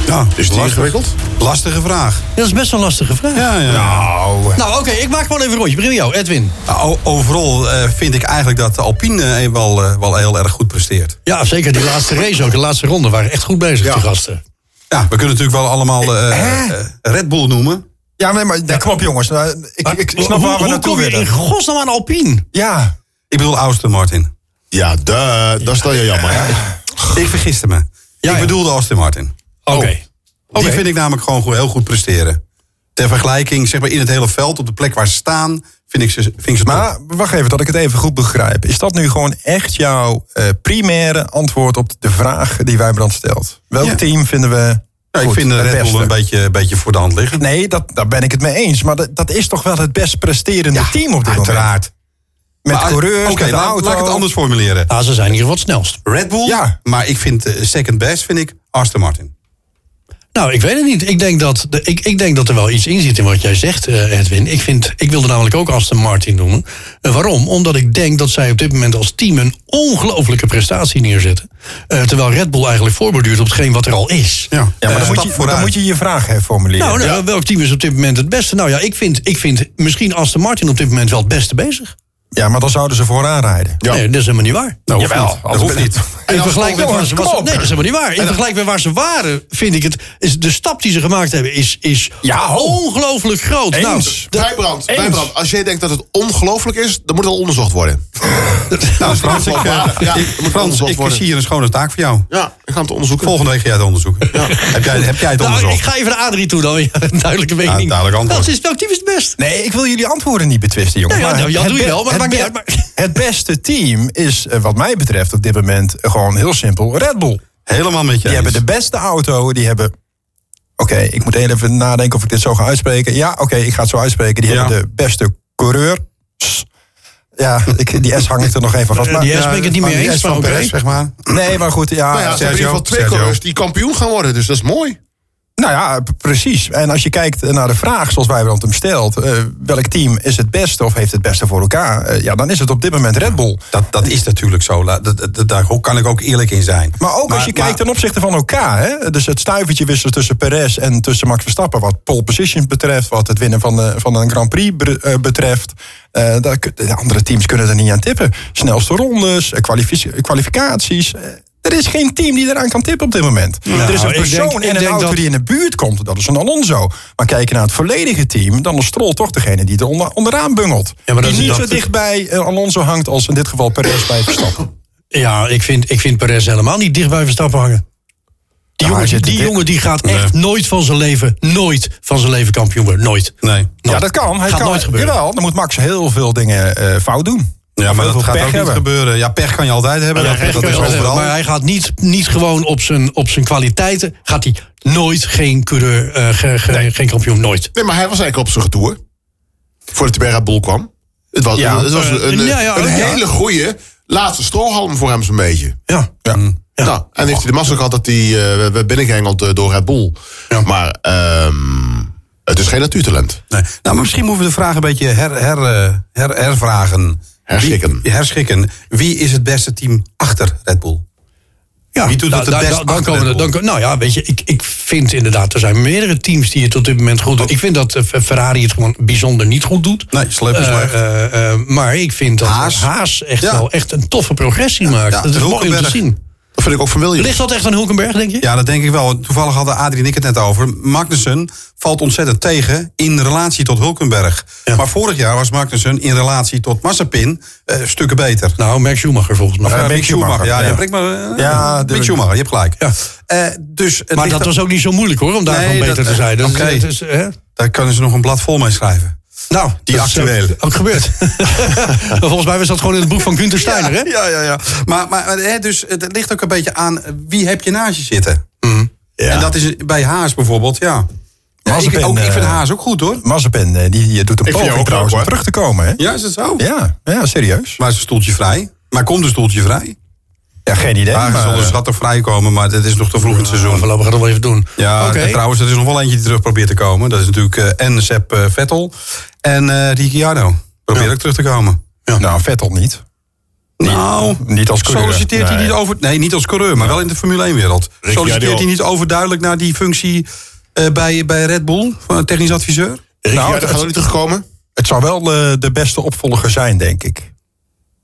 S5: Ja,
S3: Is het ingewikkeld?
S5: Nou, Lastige vraag. eh.
S2: Dat is best een lastige vraag.
S5: Ja, ja.
S4: nou,
S2: Nou, oké, ik maak gewoon even een rondje. Begin met jou, Edwin.
S5: Nou, o- overal eh, vind ik eigenlijk dat de Alpine eh, wel, eh, wel heel erg goed presteert.
S2: Ja, zeker die laatste race ook. De laatste ronde waren echt goed bezig, die gasten.
S5: Ja, we kunnen natuurlijk wel allemaal eh, eh, Red Bull noemen.
S4: ja, nee, maar nee, kom op jongens. Nou, ik, ik
S2: Maar
S4: snap
S2: hoe,
S4: waar we
S2: hoe
S4: naartoe
S2: kom je
S4: willen.
S2: in godsnaam aan Alpine?
S4: Ja,
S5: Ik bedoel Aston Martin.
S3: Ja, duh, dat is dan je jammer. hè?
S5: Ik vergiste me.
S2: Ja, ja.
S5: Ik bedoelde Aston Martin.
S2: Oké.
S5: Die vind ik namelijk gewoon goed, heel goed presteren. Ter vergelijking, zeg maar in het hele veld, op de plek waar ze staan, vind ik ze, vind ik ze top.
S4: Maar wacht even, dat ik het even goed begrijp. Is dat nu gewoon echt jouw eh, primaire antwoord op de vraag die Wijbrand stelt? Welk
S5: Ja.
S4: team vinden we.
S5: Ja, ik
S4: goed,
S5: vind eh,
S4: het
S5: Red Bull
S4: beste?
S5: een beetje, een beetje voor de hand liggen.
S4: Nee, dat, daar ben ik het mee eens. Maar dat, dat is toch wel het best presterende team op dit moment?
S5: Uiteraard.
S4: Met
S5: Maar,
S4: coureurs,
S5: Oké,
S4: met de
S5: laat,
S4: auto.
S5: laat ik het anders formuleren.
S2: Ja, ze zijn hier wat snelst.
S5: Red Bull,
S4: Ja.
S5: maar ik vind eh, second best, vind ik Aston Martin.
S2: Nou, ik weet het niet. Ik denk dat, de- ik, ik denk dat er wel iets in zit in wat jij zegt, eh, Edwin. Ik, vind, ik wilde namelijk ook Aston Martin noemen. Eh, waarom? Omdat ik denk dat zij op dit moment als team een ongelofelijke prestatie neerzetten. Eh, terwijl Red Bull eigenlijk voorborduurt op hetgeen wat er al is.
S5: Ja,
S4: Ja, maar dan,
S5: Eh,
S4: moet
S5: stap
S4: je, maar dan
S5: vooruit.
S4: moet je je vraag herformuleren.
S2: Nou, nou, welk team is op dit moment het beste? Nou ja, ik vind, ik vind misschien Aston Martin op dit moment wel het beste bezig.
S4: Ja, maar dan zouden ze vooraan rijden.
S3: Ja.
S2: Nee, dat is helemaal niet waar.
S4: Nou,
S5: Jawel,
S4: hoeft niet.
S5: dat hoeft niet.
S2: In vergelijking met waar
S4: jongens,
S2: ze
S4: kom
S2: was, nee,
S4: op.
S2: dat is helemaal niet waar. In vergelijking met waar ze waren, vind ik het. Is de stap die ze gemaakt hebben is, is
S4: Ja, ho.
S2: ongelooflijk groot. Nou,
S4: Eens.
S2: de-
S3: Bijbrand,
S4: Eens.
S3: bijbrand. Als jij denkt dat het ongelooflijk is, dan moet het al onderzocht worden.
S5: (laughs) Nou, Frans, ik, eh,
S3: Ja, ja,
S5: ik-
S3: moet
S5: Frans,
S3: onderzocht
S5: ik
S3: worden.
S5: zie hier een schone taak voor jou.
S3: Ja, ik ga het onderzoeken.
S5: Volgende week ga jij het onderzoeken. Heb, jij, heb jij het
S2: nou,
S5: onderzocht?
S2: ik ga even naar Adrie toe dan. (laughs) Ja, een duidelijke mening.
S5: duidelijk antwoord.
S2: Dat is, welk team is het best?
S4: Nee, ik wil jullie antwoorden niet betwisten, jongen.
S2: Nee, ja,
S4: Maar
S2: nou, ja,
S4: het
S2: doe je
S4: be-
S2: wel, maar dat
S4: het
S2: maakt niet
S4: be-
S2: uit,
S4: (laughs) Het beste team is, eh, wat mij betreft, op dit moment gewoon heel simpel Red Bull.
S5: Helemaal met je
S4: Die
S5: eens.
S2: dus-
S4: hebben de beste auto, die hebben... Oké, ik moet heel even nadenken of ik dit zo ga uitspreken. Ja, oké, ik ga het zo uitspreken. Die
S5: Ja.
S4: hebben de beste coureur. Pss. Ja, ik, die S hang ik er nog even aan vast.
S2: Ja,
S4: Maar,
S2: Eh, die S ben ik het niet
S5: Van
S2: meer
S5: die
S2: eens,
S5: S van
S2: maar oké.
S5: Perez, zeg maar.
S4: nee, maar goed, ja.
S3: Nou ja, ze hebben in
S5: Sergio,
S3: ieder geval twee
S5: Sergio.
S3: coureurs die kampioen gaan worden, dus dat is mooi.
S4: Nou ja, p- precies. En als je kijkt eh, naar de vraag zoals Wijbrand hem stelt... eh, welk team is het beste of heeft het beste voor elkaar? Eh, ja, dan is het op dit moment Red Bull.
S5: Dat, dat is natuurlijk zo. La- dat- dat- dat- daar kan ik ook eerlijk in zijn.
S4: Maar ook als je kijkt ten opzichte van elkaar. Hè? Dus het stuivertje wisselen tussen Perez en tussen Max Verstappen. Wat pole position betreft. Wat het winnen van, de, van een Grand Prix bre- eh, betreft. Eh, daar, kun- de andere teams kunnen er niet aan tippen. Snelste rondes, eh, kwalifici- eh, kwalificaties. eh, er is geen team die eraan kan tippen op dit moment. er is een
S2: Nou, ik denk-
S4: persoon
S2: ik
S4: en een
S2: denk
S4: auto
S2: dat-
S4: die in de buurt komt. Dat is een Alonso. Maar kijken naar het volledige team, dan is Stroll toch degene die er onder, onderaan bungelt.
S2: maar dat
S4: die
S2: is-
S4: niet
S2: dat-
S4: zo dicht bij eh, Alonso hangt als in dit geval Perez
S2: (coughs)
S4: bij Verstappen.
S2: Ja, ik vind, ik vind Perez helemaal niet dicht bij Verstappen hangen. Die,
S4: Ja, hij
S2: jongen,
S4: zit er
S2: die
S4: dik-
S2: jongen die gaat echt nooit van zijn leven, nooit van zijn leven kampioen worden. Nooit.
S5: Nee. Nou.
S4: Ja, dat kan. Hij
S2: Gaat
S4: kan
S2: nooit gebeuren.
S4: Jawel, dan moet Max heel veel dingen eh, fout doen.
S5: Ja,
S4: Of
S5: maar
S4: heel
S5: dat gaat ook
S4: veel pech
S5: niet
S4: hebben.
S5: gebeuren. Ja, pech kan je altijd hebben.
S2: Ja,
S5: dat,
S2: echt,
S5: dat is
S2: eh,
S5: overal.
S2: Maar hij gaat niet, niet gewoon op zijn, op zijn kwaliteiten. Gaat hij nooit geen coureur, eh, ge- ge- geen kampioen, nooit.
S3: Nee, maar hij was eigenlijk op zijn retour. Voordat hij bij Red Bull kwam. Het was,
S4: Ja,
S3: het was
S2: eh,
S3: een, een,
S2: ja, ja,
S3: een
S2: ja.
S3: hele goede laatste strohalm voor hem zo'n beetje.
S2: Ja.
S3: Nou, en heeft hij de massa gehad dat hij eh, werd- werd binnengehengeld eh, door Red Bull. Maar ehm, het is geen natuurtalent.
S5: Nee. Nou, maar misschien moeten we de vraag een beetje her, her, eh, her, hervragen.
S3: Herschikken.
S5: Wie, herschikken. Wie is het beste team achter Red Bull?
S2: Ja,
S5: Wie doet het het best
S2: dan- dan
S5: achter
S2: komen
S5: Red
S2: er- dan,
S5: Bull?
S2: ko- Nou ja, weet je, ik, ik vind inderdaad, er zijn meerdere teams die het op dit moment goed doen. Ik vind dat eh, Fer- Ferrari het gewoon bijzonder niet goed doet.
S5: Oh. Nee, sleep is
S2: Eh,
S5: slecht.
S2: eh, eh, maar ik vind dat
S5: Haas.
S2: Haas, echt
S5: Ja.
S2: wel echt een toffe progressie maakt.
S5: ja,
S2: Dat is mooi om te
S5: Hulkenberg.
S2: zien.
S3: Dat vind ik ook van Williams.
S2: Ligt dat echt aan Hulkenberg, denk je?
S5: Ja, dat denk ik wel. Want Toevallig hadden Adrie en ik het net over. Magnussen valt ontzettend tegen in relatie tot Hulkenberg. Maar vorig jaar was Magnussen in relatie tot Mazepin eh, stukken beter.
S2: Nou, Max Schumacher volgens mij.
S5: Eh,
S4: Mick
S5: Mick Schumacher.
S4: Schumacher,
S5: Ja,
S4: ja.
S5: ja. Mick, maar, eh,
S4: Ja,
S5: Mick
S4: de-
S5: Schumacher, je hebt gelijk.
S2: Ja.
S5: Eh, dus het
S2: maar
S5: ligt
S2: dat
S5: er-
S2: was ook niet zo moeilijk hoor, om daarvan
S5: Nee,
S2: beter
S5: dat-
S2: te zijn. Dat is-
S5: oké.
S2: dat is, hè?
S5: daar kunnen ze nog een blad vol mee schrijven.
S2: Nou,
S5: Die
S2: dat is, eh,
S5: actuele.
S2: Ook gebeurd. (laughs) Maar Volgens mij was dat gewoon in het boek van Gunther Steiner, hè?
S5: Ja, ja, ja. Maar, maar maar, hè, dus, het ligt ook een beetje aan eh, wie heb je naast je zitten. En dat is bij Haas bijvoorbeeld, ja. Ja, ik,
S4: Mazepin,
S5: ook, ik vind
S4: eh,
S5: Haas ook goed hoor.
S4: Mazepin, eh, die, die doet een
S3: vind jou
S4: poging
S3: ook
S4: trouwens
S3: wel,
S4: om
S3: hoor.
S4: terug te komen. Hè?
S5: Ja, is het zo?
S4: Ja, ja, serieus.
S5: Maar is een stoeltje vrij? Maar komt een stoeltje vrij?
S4: Ja, geen idee.
S5: Ja,
S4: maar,
S5: ze zullen
S4: eh,
S5: schattig vrijkomen, maar dat is nog te vroeg in het seizoen.
S2: Voorlopig gaan we dat wel even doen.
S5: Ja,
S2: Oké.
S5: en trouwens, er is nog wel eentje die terug probeert te komen. Dat is natuurlijk eh, en Sepp eh, Vettel en eh Ricciardo. Probeer ook terug te komen.
S4: Nou, Vettel niet.
S5: Nou,
S4: Niet als coureur.
S5: solliciteert hij
S4: Nee.
S5: niet over... Nee, niet als coureur, maar wel in de Formule 1-wereld. Solliciteert hij niet overduidelijk naar die functie eh, bij, bij Red Bull? Van technisch adviseur?
S3: nou,
S4: Nou,
S3: gaat ook
S4: het,
S3: niet terugkomen.
S4: het zou wel eh, de beste opvolger zijn, denk ik.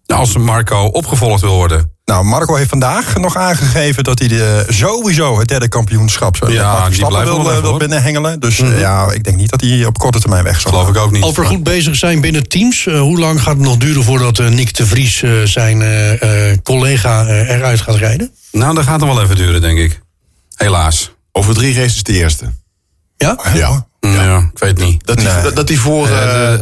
S5: Nou, als Marco opgevolgd wil worden.
S4: Nou, Marco heeft vandaag nog aangegeven dat hij de, eh, sowieso het derde kampioenschap zo,
S5: Ja,
S4: met Max
S5: die
S4: Verstappen
S5: blijft wel
S4: wil,
S5: weg,
S4: eh, wil
S5: hoor. Mhm.
S4: binnenhengelen. Dus eh, ja, ik denk niet dat hij op korte termijn weg zal
S5: Geloof ik ook niet.
S2: Over goed bezig zijn binnen teams. eh, hoe lang gaat het nog duren voordat eh, Nick de Vries eh, zijn eh, eh, collega eh, eruit gaat rijden?
S5: Nou, dat gaat hem wel even duren, denk ik. Helaas.
S3: Over drie races de eerste.
S2: Ja?
S3: Ja.
S5: Ja, ik weet niet.
S3: Dat hij dat, dat die voor... eh,
S5: Eh,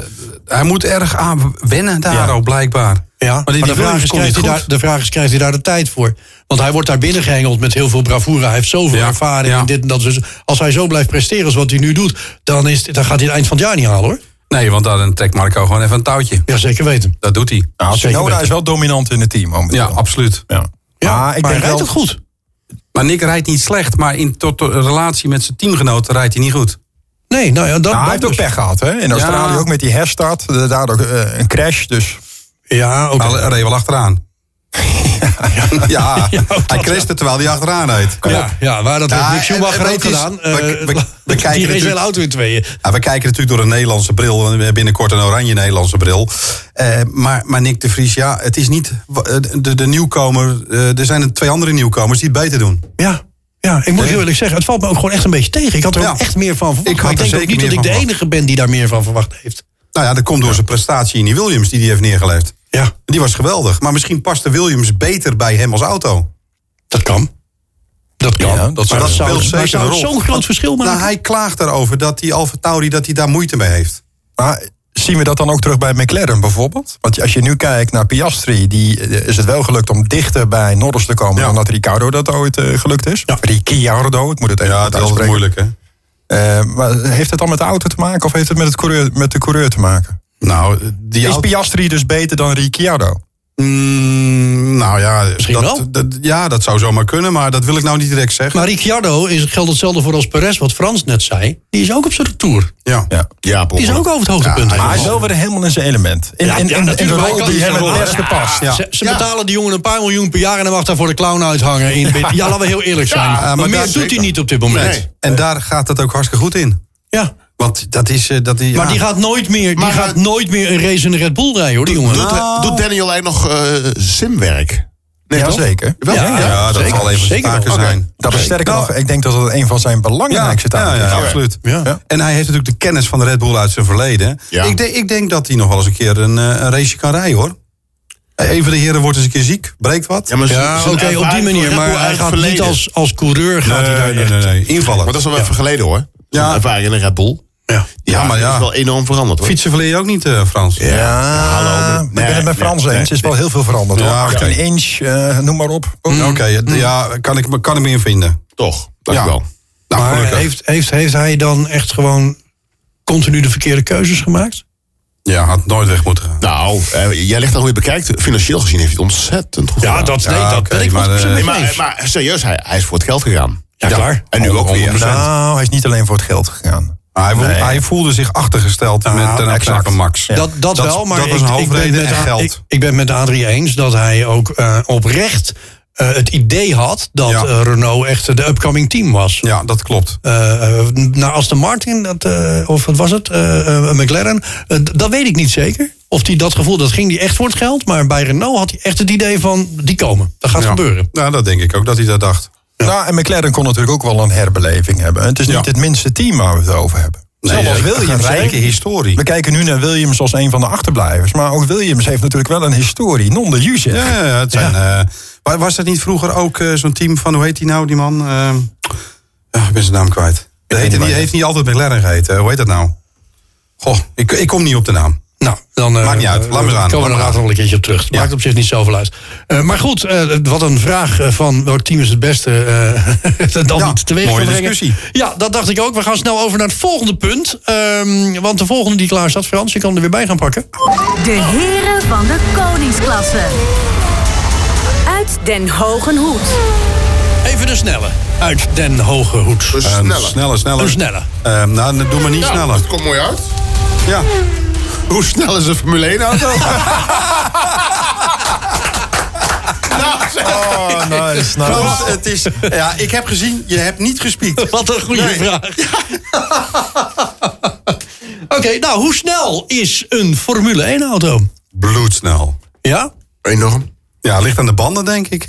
S5: hij moet erg aan wennen daar ook, blijkbaar.
S2: Ja, maar,
S5: die- die
S2: de, vraag
S5: Williams
S2: is,
S5: komt
S2: krijgt
S5: niet
S2: hij
S5: goed.
S2: daar, de vraag is, krijgt hij daar de tijd voor? Want hij wordt daar binnengehengeld met heel veel bravoure. Hij heeft zoveel
S5: Ja,
S2: ervaring.
S5: ja.
S2: En dit en dat. Dus als hij zo blijft presteren als wat hij nu doet... dan, is, dit- dan gaat hij het eind van het jaar niet halen, hoor.
S5: Nee, want dan trekt Marco gewoon even een touwtje.
S2: Ja, zeker weten.
S5: Dat doet hij.
S4: Nou,
S2: Zeker
S4: Tsunoda
S2: weten.
S4: is wel dominant in het team momenteel.
S5: Ja, absoluut.
S4: Ja.
S2: Ja,
S4: maar ik
S2: maar hij
S4: denk
S2: rijdt
S4: wel,
S2: het goed.
S5: Maar Nick rijdt niet slecht, maar in tot de relatie met zijn teamgenoten rijdt hij niet goed.
S2: Nee, nou ja, dat,
S4: Nou,
S2: dat
S4: hij heeft ook
S2: dus.
S4: pech gehad, hè? In Australië ook met die herstart. eh, Daardoor eh, een crash, dus...
S2: Ja, oké.
S5: Maar hij reed wel achteraan. (laughs) Ja, hij crashte terwijl hij achteraan reed.
S2: Ja, ja, maar dat heeft
S5: Ja,
S2: Nick
S5: en-
S2: Schumacher
S5: en
S2: ook
S5: het is-
S2: gedaan.
S5: we- we- we kijken
S2: we, (laughs) die race
S5: natuurlijk-
S2: hele auto in tweeën.
S5: Ja, we kijken natuurlijk door een Nederlandse bril. En we hebben binnenkort een oranje Nederlandse bril. Eh, maar, maar Nick de Vries, ja, het is niet wa- eh, de, de nieuwkomer. eh, er zijn er twee andere nieuwkomers die het beter doen.
S2: Ja. Ja, ik moet heel eerlijk zeggen, het valt me ook gewoon echt een beetje tegen. Ik had er ook
S5: Ja.
S2: echt meer van verwacht.
S5: Ik had
S2: maar ik
S5: er
S2: denk ook
S5: zeker
S2: niet
S5: meer
S2: dat ik de
S5: van verwacht.
S2: enige ben die daar meer van verwacht heeft.
S5: Nou ja, dat komt door zijn prestatie in die Williams die hij heeft neergelegd.
S2: Ja,
S5: Die was geweldig. Maar misschien past de Williams beter bij hem als auto.
S2: dat kan. Dat
S5: Ja,
S2: kan.
S5: dat zou-
S2: maar dat zou,
S5: speelt
S2: maar
S5: zeker
S2: zou
S5: een
S2: het
S5: rol.
S2: zo'n groot verschil maken.
S5: Nou, hij klaagt daarover dat die Alfa Tauri dat hij daar moeite mee heeft.
S4: Maar zien we dat dan ook terug bij McLaren bijvoorbeeld? Want als je nu kijkt naar Piastri, die eh, is het wel gelukt om dichter bij Norris te komen dan dat Ricciardo dat ooit eh, gelukt is. Ricciardo, ik moet het even goed uitspreken.
S5: hè?
S4: Eh, maar heeft het dan met de auto te maken of heeft het met, het coureur, met de coureur te maken?
S5: Nou, die
S4: Is
S5: auto...
S4: Piastri dus beter dan Ricciardo?
S5: Mm, nou ja,
S2: Misschien
S5: dat,
S2: wel.
S5: dat- ja, dat zou zomaar kunnen, maar dat wil ik nou niet direct zeggen.
S2: Maar Ricciardo is, geldt hetzelfde voor als Perez, wat Frans net zei. Die is ook op zijn retour.
S5: ja.
S4: Ja.
S5: ja
S2: Die is ook over het hoogtepunt.
S4: Maar hij
S2: heen.
S4: is wel Ah, weer helemaal in zijn element. In,
S2: Ja,
S4: in,
S2: ja,
S4: in- in
S2: natuurlijk,
S4: de
S2: hij
S4: rol
S2: kan
S4: die
S2: niet
S4: hem
S2: zijn
S4: het
S2: rol.
S4: beste past.
S5: Ja.
S2: Ze, ze betalen die jongen een paar miljoen per jaar en hij mag daar voor de clown uithangen.
S5: (laughs)
S2: In, ja, laten we heel eerlijk zijn. maar,
S5: maar
S2: meer
S5: daar-
S2: doet hij niet op dit moment.
S3: Nee.
S5: En daar gaat het ook hartstikke goed in.
S2: Ja.
S5: Want dat is... eh, Dat die,
S2: Maar
S5: ja.
S2: die gaat nooit meer, die
S3: Maar,
S2: gaat
S3: eh,
S2: nooit meer een race in de Red Bull rijden hoor, die jongen. Nou.
S3: Doet, doet Daniel eigenlijk nog eh, simwerk? Nee,
S4: Ja,
S3: toch?
S4: zeker.
S3: Wel,
S2: Ja,
S3: ja,
S5: Ja, dat
S2: Zeker,
S5: zal even zijn
S2: zeker
S5: taken
S2: wel.
S5: zijn.
S4: Dat is sterker nog, ik denk dat het een van zijn belangrijkste taken
S5: ja,
S4: is.
S5: ja, absoluut.
S2: Ja.
S5: En hij heeft natuurlijk de kennis van de Red Bull uit zijn verleden.
S3: Ja.
S5: Ik, denk- ik denk dat hij nog wel eens een keer een, eh, een raceje kan rijden, hoor. Een van de heren wordt eens een keer ziek, breekt wat.
S3: maar zijn-
S2: Ja, oké,
S3: zijn
S2: op die
S3: ervaring voor
S2: manier.
S3: Red Bull
S2: Maar
S3: uit
S2: hij
S3: het
S2: gaat niet
S3: verleden.
S2: als, als coureur gaat hij daar
S5: nee, nee,
S2: echt-
S5: nee, nee. Invallen.
S3: Maar dat is al
S2: Ja.
S3: even geleden hoor.
S5: Ja.
S3: Ja. Ervaring in de Red Bull.
S2: Ja.
S5: Ja, maar
S3: Dat
S5: ja.
S3: is wel enorm veranderd hoor.
S5: Fietsen verleer je ook niet, eh, Frans.
S4: Ja,
S3: hallo, maar-
S4: ik ben het
S3: nee,
S4: met Frans
S3: nee,
S4: eens. Er is wel heel veel veranderd. hoor.
S5: Ja, oké.
S4: 18 inch, eh, noem maar op.
S5: Oké, het- ja, kan ik, kan ik me in vinden.
S3: Toch, dank
S5: Ja.
S3: je wel.
S5: Nou,
S2: Maar
S5: gelukkig.
S2: heeft, heeft, heeft hij dan echt gewoon continu de verkeerde keuzes gemaakt?
S5: Ja, had nooit weg moeten gaan.
S3: Nou, eh, jij legt aan hoe je het bekijkt. Financieel gezien heeft hij het ontzettend goed gedaan.
S5: nee, dat ben ik
S2: maar,
S5: wel
S2: eh,
S5: met
S3: Nee, maar, maar serieus, hij, hij is voor het geld gegaan.
S2: Ja, klaar.
S3: En nu ook weer.
S5: 100%.
S4: Nou, hij is niet alleen voor het geld gegaan.
S5: hij, vo- hij voelde zich achtergesteld met ten opzichte
S4: exact.
S5: van Max.
S2: Dat, dat, wel, maar
S5: dat
S2: ik,
S5: was een
S2: ik ben
S5: hoofdreden
S2: met
S5: en
S2: A-
S5: geld.
S2: Ik, ik ben met Adrie eens dat hij ook eh, oprecht eh, het idee had dat
S5: Ja.
S2: eh, Renault echt de upcoming team was.
S5: Ja, dat klopt.
S2: Eh, eh, nou, Aston Martin, dat, eh, of wat was het? Eh, eh, McLaren. eh, d- dat weet ik niet zeker. Of hij dat gevoel, dat ging die echt voor het geld. Maar bij Renault had hij echt het idee van, die komen. Dat gaat
S5: ja.
S2: gebeuren.
S5: Ja, Nou, dat denk ik ook dat hij dat dacht.
S4: Nou, en McLaren kon natuurlijk ook wel een herbeleving hebben. Het is niet het minste team waar we het over hebben. Zelfs als
S5: eh, een
S4: Williams. hè.
S5: rijke historie.
S4: We kijken nu naar Williams als een van de achterblijvers. Maar ook Williams heeft natuurlijk wel een historie. Non de jus, zeg.
S5: Ja, ja, ja, het zijn, eh, wa- was dat niet vroeger ook eh, zo'n team van, hoe heet die nou, die man? Ehm, ah, ik ben zijn naam kwijt. Dat heette niet, heeft niet altijd McLaren geheten. Hoe heet dat nou? Goh, ik, ik kom niet op de naam.
S2: Nou, dan eh,
S5: Maakt niet uit. Laat maar
S2: eh,
S5: gaan.
S2: komen
S5: Laat
S2: we er
S5: maar
S2: later nog een keertje op terug.
S5: Ja.
S2: Maakt op zich niet zoveel uit. Eh, maar goed, eh, wat een vraag eh, van welk team is het beste eh, (laughs) dat dan
S5: Ja,
S2: niet teweeg
S5: mooie
S2: kan brengen.
S5: discussie.
S2: Ja, dat dacht ik ook. We gaan snel over naar het volgende punt. Ehm, want de volgende die klaar staat, Frans, je kan hem er weer bij gaan pakken.
S1: De heren van de koningsklasse. Uit Den Hogen Hoed.
S2: Even een snelle uit Den Hoge Hoed.
S3: Dus
S5: Een
S3: sneller.
S5: Ehm, Sneller, sneller.
S2: Een
S4: Dus-
S2: snelle.
S5: Ehm, nou, doe maar niet
S3: Nou,
S5: sneller.
S3: Het komt mooi uit.
S5: Ja.
S3: Hoe snel is een Formule 1 auto? nou, zeg.
S4: Oh, nice, nice.
S5: Frans, het is, ja, ik heb gezien, je hebt niet gespiekt.
S2: Wat een goede
S5: (laughs)
S2: vraag. Oké, nou, hoe snel is een Formule 1-auto?
S5: Bloedsnel.
S2: Ja?
S3: Enorm.
S5: Ja, ligt aan de banden, denk ik.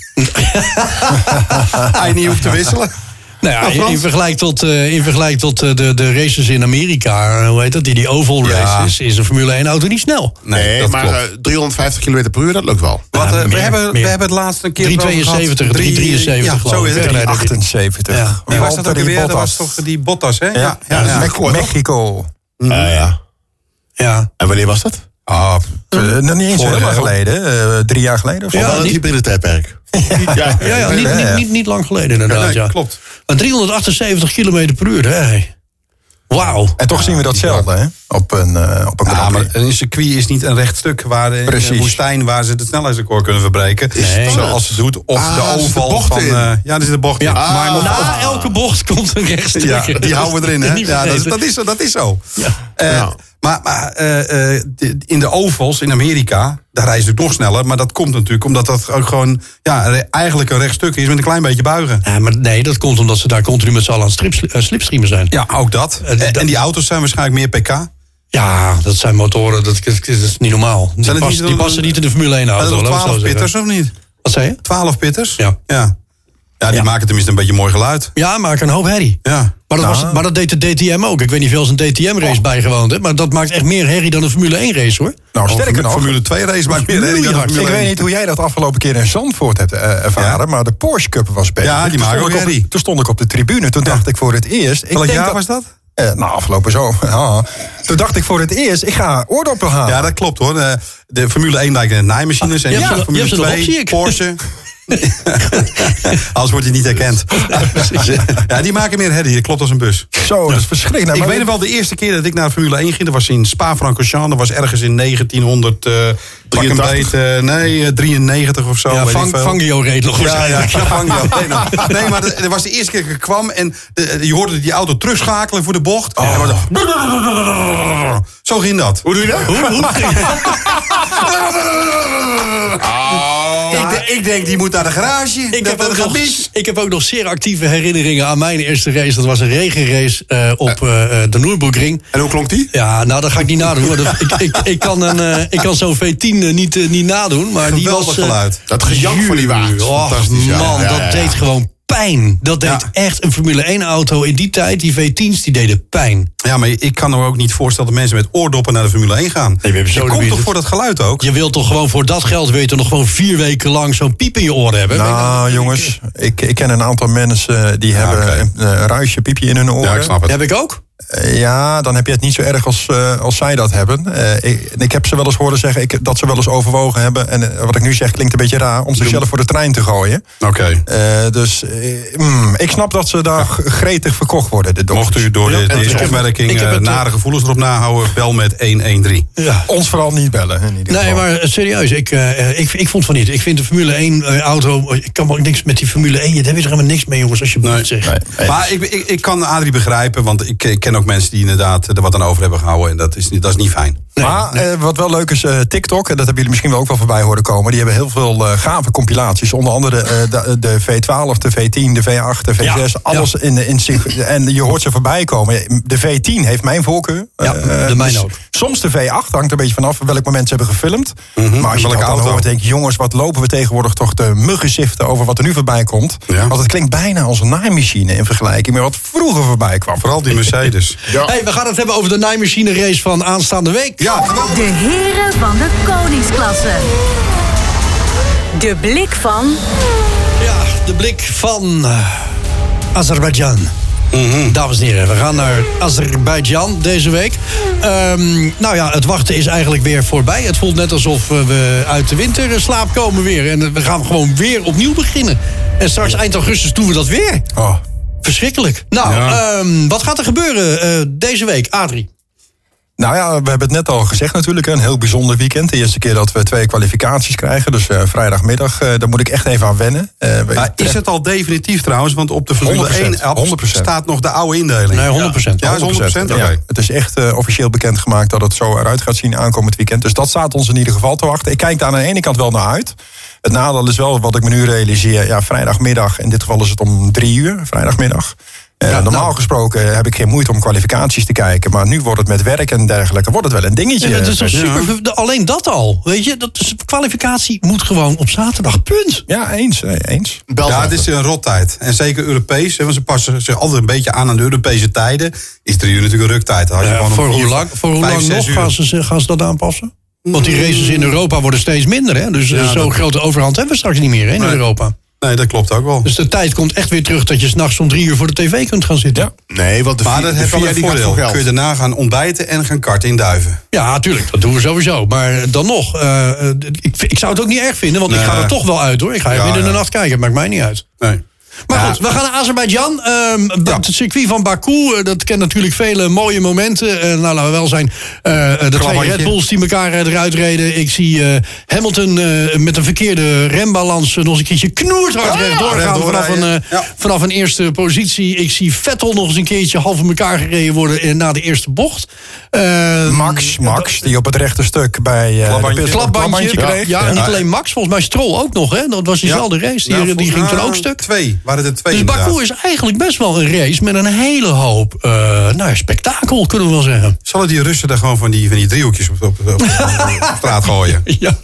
S5: (laughs) Hij niet hoeft te wisselen.
S2: Nou ja,
S5: Nou,
S2: in,
S5: Frans?
S2: in vergelijk tot, eh, in vergelijk tot eh, de, de races in Amerika, eh, hoe heet dat, die, die oval
S5: Ja.
S2: races, is een Formule 1-auto niet snel.
S3: Nee,
S5: dat
S3: maar
S5: klopt.
S3: eh, 350 km per uur, dat lukt wel.
S5: Wat, eh,
S2: meer,
S5: we, hebben,
S2: meer.
S5: we hebben het laatst een keer
S2: 372,
S5: erover gehad.
S2: 373
S5: ja,
S2: geloof
S5: zo
S2: ik,
S5: is
S2: hè?
S5: het.
S2: Die
S5: Ja.
S2: acht-
S4: 78.
S2: Ja.
S5: Wie was dat ook
S4: Valtteri
S5: weer? Dat was
S4: Bottas.
S5: toch die Bottas, hè?
S4: Ja,
S5: ja, ja.
S4: Mexico. Mexico.
S3: Eh, ja.
S2: Ja.
S3: En wanneer was dat?
S5: Ah,
S4: Eh, nog niet eens
S5: Vorig
S4: heel lang
S5: jaar, hoor.
S4: geleden. eh, drie jaar geleden of zo.
S2: Ja,
S3: Wel het
S2: niet-
S3: hybride tijdperk. Ja, ja,
S2: Ja,
S3: (laughs)
S2: ja, niet, niet, niet, niet lang geleden inderdaad.
S5: nee,
S2: ja.
S5: klopt.
S2: Maar 378 km per uur, hè? Wauw.
S4: En toch zien we dat zelden, hè? Op een, eh, op een
S5: Ja,
S4: Grand
S5: maar
S4: Prix.
S5: een circuit is niet een recht stuk waar in
S4: Precies.
S5: een woestijn waar ze de snelheidsrecord kunnen verbreken.
S2: Nee.
S5: Zoals ze doet. Of
S3: Ah, er
S5: de
S3: zit de
S5: oval
S3: bocht
S5: van.
S3: in.
S5: eh, ja, er zit de bocht
S2: Ja, nou,
S5: in. Maar nog-
S2: na elke bocht komt een rechtstuk.
S5: ja, die houden we erin.
S2: (laughs)
S5: Hè?
S2: Niet
S5: Ja, dat, is,
S2: vergeten.
S5: dat, is, zo, dat is zo.
S2: Ja.
S5: Eh,
S3: Ja.
S5: Maar, maar eh, eh, de- in de ovals in Amerika, daar rijden ze natuurlijk nog sneller. Maar dat komt natuurlijk omdat dat ook gewoon ja, re- eigenlijk een rechtstuk is met een klein beetje buigen.
S2: Ja, maar nee, dat komt omdat ze daar continu met z'n allen aan het strips- eh, slipstreamen zijn.
S5: Ja, ook dat.
S2: Eh, dat-
S5: En, en die auto's zijn waarschijnlijk meer pk.
S2: Ja, dat zijn motoren, dat, dat is niet normaal. Die,
S5: Zijn het
S2: pas-
S5: niet-
S2: die passen niet in de Formule 1
S5: Zijn
S2: auto.
S5: er nog
S2: laten we het zo
S5: 12
S2: zeggen.
S5: pitters of niet?
S2: Wat zei je?
S5: 12 pitters?
S2: Ja.
S5: Ja, ja die maken tenminste een beetje mooi geluid.
S2: Ja, maak een hoop herrie.
S5: Ja. Oh.
S2: Maar dat, was, maar dat deed de DTM ook. Ik weet niet veel als een DTM-race bijgewoond hebt. Maar dat maakt echt meer herrie dan een Formule 1-race hoor.
S4: Nou, sterker
S5: Formule,
S4: nog,
S5: Formule 2 race maakt meer herrie dan de
S2: Miljard.
S5: Formule
S4: ik
S5: 1.
S4: weet niet hoe jij dat afgelopen keer in Zandvoort hebt eh, ervaren, maar de Porsche Cup was bezig.
S5: Ja, die
S4: Toen
S5: maken
S4: stond
S5: ook
S4: ik op-
S5: herrie.
S4: Toen stond ik op de tribune, toen dacht ik voor het eerst... Ik
S5: Welk
S4: denk
S5: jaar was dat?
S4: Eh, nou, afgelopen zo. (laughs) Ja. Toen dacht ik voor het eerst, ik ga oordoppen halen.
S5: Ja, dat klopt hoor. De, de Formule 1 lijkt een naaimachines. En
S2: Ah,
S5: die
S2: je hebt ze- je
S5: Formule
S2: hebt ze nog op, zie ik. (laughs)
S5: Porsche. (laughs) Anders wordt hij niet herkend. (laughs) ja, die maken meer herrie. Dat klopt als een bus.
S4: Zo, dat is verschrikkelijk. Nou,
S5: ik
S4: maar
S5: weet nog wel, de eerste keer dat ik naar Formule 1 ging... dat was in Spa-Francorchamps. Dat was ergens in 1900... eh, pak een
S3: 83?
S5: beet, eh, nee, eh, 93 of zo.
S2: Ja,
S5: weet ik
S2: Fang-
S5: veel.
S2: Fangio reed nog
S5: Ja, ja,
S2: waarschijnlijk.
S5: (laughs) ja, Fangio. Nee, nou, nee, maar dat dat was de eerste keer dat ik kwam... en eh, je hoorde die auto terugschakelen voor de bocht. En dan was het- Zo ging dat.
S3: Hoe doe je dat?
S2: Oh. Hoe- hoe-
S5: Ik, de- ik denk, die moet naar de garage.
S2: (laughs) Ik
S5: dat
S2: heb,
S5: dat
S2: ook
S5: gaat
S2: nog,
S5: mis.
S2: ik heb ook nog zeer actieve herinneringen aan mijn eerste race. Dat was een regenrace eh, op eh, eh, de Nürburgring.
S5: En hoe klonk die?
S2: Ja, nou, dat ga ik niet nadoen. want dat- ik, ik, ik kan, een, eh, ik kan zo'n V10 niet, eh, niet nadoen. Maar die
S5: Geweldig
S2: was, eh,
S5: geluid.
S3: Dat gejank van die wagens.
S2: Och,
S3: Fantastisch. ja.
S2: man,
S3: Ja,
S2: dat
S3: ja, ja.
S2: deed gewoon pijn. Dat deed
S5: Ja.
S2: echt een Formule 1-auto in die tijd. Die V10's, die deden pijn.
S5: Ja, maar ik kan me ook niet voorstellen dat mensen met oordoppen naar de Formule 1 gaan.
S2: we hebben
S5: je
S2: zo de
S5: komt
S2: wereld.
S5: toch voor dat geluid ook?
S2: Je wilt toch gewoon voor dat geld... wil je toch nog gewoon vier weken lang zo'n piep in je oren hebben?
S4: Nou, jongens, ik, ik ken een aantal mensen die hebben
S5: oké.
S4: een, eh, ruisje, piepje in hun oren.
S5: het.
S2: heb ik ook.
S4: Eh, ja, dan heb je het niet zo erg als, eh, als zij dat hebben. Eh, ik, ik heb ze wel eens horen zeggen ik, dat ze wel eens overwogen hebben. En eh, wat ik nu zeg klinkt een beetje raar, om zichzelf voor de trein te gooien.
S5: Oké.
S4: Eh, dus eh, mm, ik snap dat ze daar g- gretig verkocht worden. De dokters.
S5: Mocht u door de,
S2: ik
S5: deze
S2: heb-
S5: opmerking
S2: ik heb
S5: eh,
S2: het, eh,
S5: nare gevoelens erop nahouden, bel met 113.
S2: Ja.
S4: Ons vooral niet bellen. In ieder
S2: Nee,
S4: geval.
S2: maar eh, serieus, ik, eh, eh, ik, ik vond van niet. Ik vind de Formule 1-auto... eh, ik kan me ook niks met die Formule 1... Daar heb je toch helemaal niks mee, jongens, alsjeblieft
S5: Nee,
S2: zeg.
S4: nee.
S5: Maar ik, ik, ik kan Adrie begrijpen, want ik, ik ken ook mensen die inderdaad er wat aan over hebben gehouden. En dat is, niet- dat is niet fijn.
S4: maar eh, wat wel leuk is, eh, TikTok, en dat hebben jullie misschien wel ook wel voorbij horen komen. Die hebben heel veel eh, gave compilaties. Onder andere eh, de, de V12, de V10, de V8, de V6.
S2: Ja,
S4: alles in, in zich- En je hoort ze voorbij komen. De V10 heeft mijn voorkeur.
S2: Ja,
S4: Eh,
S2: de mijne
S4: dus
S2: ook.
S4: Soms de V8 hangt een beetje vanaf welk moment ze hebben gefilmd. Maar als je
S5: welke
S4: dat dan
S5: auto.
S4: hoort, denk je, jongens, wat lopen we tegenwoordig toch de muggen ziften over wat er nu voorbij komt.
S5: Ja.
S4: Want het klinkt bijna als een naaimachine in vergelijking met wat vroeger voorbij kwam.
S5: Vooral die Mercedes.
S3: Ja.
S2: Hey, we gaan het hebben over de naaimachine race van aanstaande week.
S5: Ja,
S1: De heren van de koningsklasse. De blik van
S2: Ja, de blik van eh, Azerbeidzjan. Dames en heren, we gaan naar Azerbeidzjan deze week. Ehm, nou ja, het wachten is eigenlijk weer voorbij. Het voelt net alsof eh, we uit de winterslaap komen weer. En eh, we gaan gewoon weer opnieuw beginnen. En straks eind augustus doen we dat weer.
S4: Oh.
S2: Verschrikkelijk. Nou,
S5: Ja.
S2: ehm, wat gaat er gebeuren eh, deze week, Adrie?
S4: Nou ja, we hebben het net al gezegd natuurlijk. hè, Een heel bijzonder weekend. De eerste keer dat we twee kwalificaties krijgen. Dus eh, vrijdagmiddag, eh, daar moet ik echt even aan wennen. Eh, we-
S5: maar is het al definitief trouwens? Want op de Formule
S4: 100%,
S5: 1 app
S4: 100%.
S5: staat nog de oude indeling.
S2: Nee, 100%.
S5: Ja, is 100%. Oké.
S4: Ja, het is echt eh, officieel bekendgemaakt dat het zo eruit gaat zien aankomend weekend. Dus dat staat ons in ieder geval te wachten. Ik kijk daar aan de ene kant wel naar uit. Het nadeel is wel wat ik me nu realiseer. Ja, vrijdagmiddag, in dit geval is het om drie uur, vrijdagmiddag. Eh, normaal
S5: nou.
S4: gesproken heb ik geen moeite om kwalificaties te kijken. Maar nu wordt het met werk en dergelijke, wordt het wel een dingetje. Dus-
S2: Ja, Eh, dat is toch
S4: Ja.
S2: super, alleen dat al. Weet je, dat is, kwalificatie moet gewoon op zaterdag, punt.
S4: Ja, eens, eh, eens.
S3: Bel
S5: Ja,
S3: ja,
S5: het is een rottijd. En zeker Europees, hè, want ze passen zich altijd een beetje aan aan de Europese tijden. Is drie uur natuurlijk ruktijd. Dan had je
S2: Ja,
S5: gewoon om
S2: Eh, voor
S5: vier,
S2: hoe lang, voor hoe
S5: vijf,
S2: lang
S5: zes
S2: nog
S5: uur.
S2: gaan ze, ze- gaan ze dat aanpassen? Want die races in Europa worden steeds minder. Hè? Dus eh, zo'n grote overhand hebben we straks niet meer hè, in Europa.
S5: Nee, dat klopt ook wel.
S2: Dus de tijd komt echt weer terug dat je s'nachts om drie uur voor de tv kunt gaan zitten. Ja,
S3: Nee, want de
S5: maar
S3: vi-
S5: dat
S3: de
S5: heeft wel
S3: via
S5: een
S3: die gaat
S5: voordeel.
S3: voor
S5: Kun je
S3: geld.
S5: daarna gaan ontbijten en gaan karten in duiven.
S2: tuurlijk, dat doen we sowieso. Maar dan nog, eh, eh, ik, ik zou het ook niet erg vinden, want ik ga
S5: Nee.
S2: er toch wel uit hoor. Ik ga
S5: Ja,
S2: midden in de
S5: ja.
S2: nacht kijken, maakt mij niet uit.
S5: Nee.
S2: Maar
S5: Ja.
S2: goed, we gaan naar Azerbeidzjan. Ehm, dat- Het circuit van Baku, eh, dat kent natuurlijk vele mooie momenten. Eh, nou, laten we wel zijn. eh, eh, de twee
S5: Klappertje.
S2: Red Bulls die elkaar eh, eruit reden. Ik zie eh, Hamilton eh, met een verkeerde rembalans eh, nog eens een keertje knoerhard
S5: Ah,
S2: rechtdoor gaan
S5: rechtdoor
S2: vanaf een,
S5: rijden.
S2: eh,
S5: Ja.
S2: vanaf een eerste positie. Ik zie Vettel nog eens een keertje half in elkaar gereden worden eh, na de eerste bocht. Eh,
S4: Max, Max, die op het rechte stuk bij eh, de
S5: Klapbandje.
S4: pit-
S2: klapbandje.
S4: klapbandje
S2: Ja,
S4: kreeg.
S2: ja, en niet alleen Max, volgens mij Stroll ook nog. Hè? Dat was dezelfde race. Die,
S5: Nou,
S2: die
S5: volgens-
S2: ging toen
S5: ah,
S2: ook stuk.
S5: Twee, waren er twee
S2: Dus Baku
S5: inderdaad.
S2: is eigenlijk best wel een race met een hele hoop eh, nou ja, spektakel, kunnen we wel
S5: (laughs)
S2: zeggen.
S5: Zullen die Russen daar gewoon van die, van die driehoekjes op, op, op, op de straat gooien?
S2: Ja.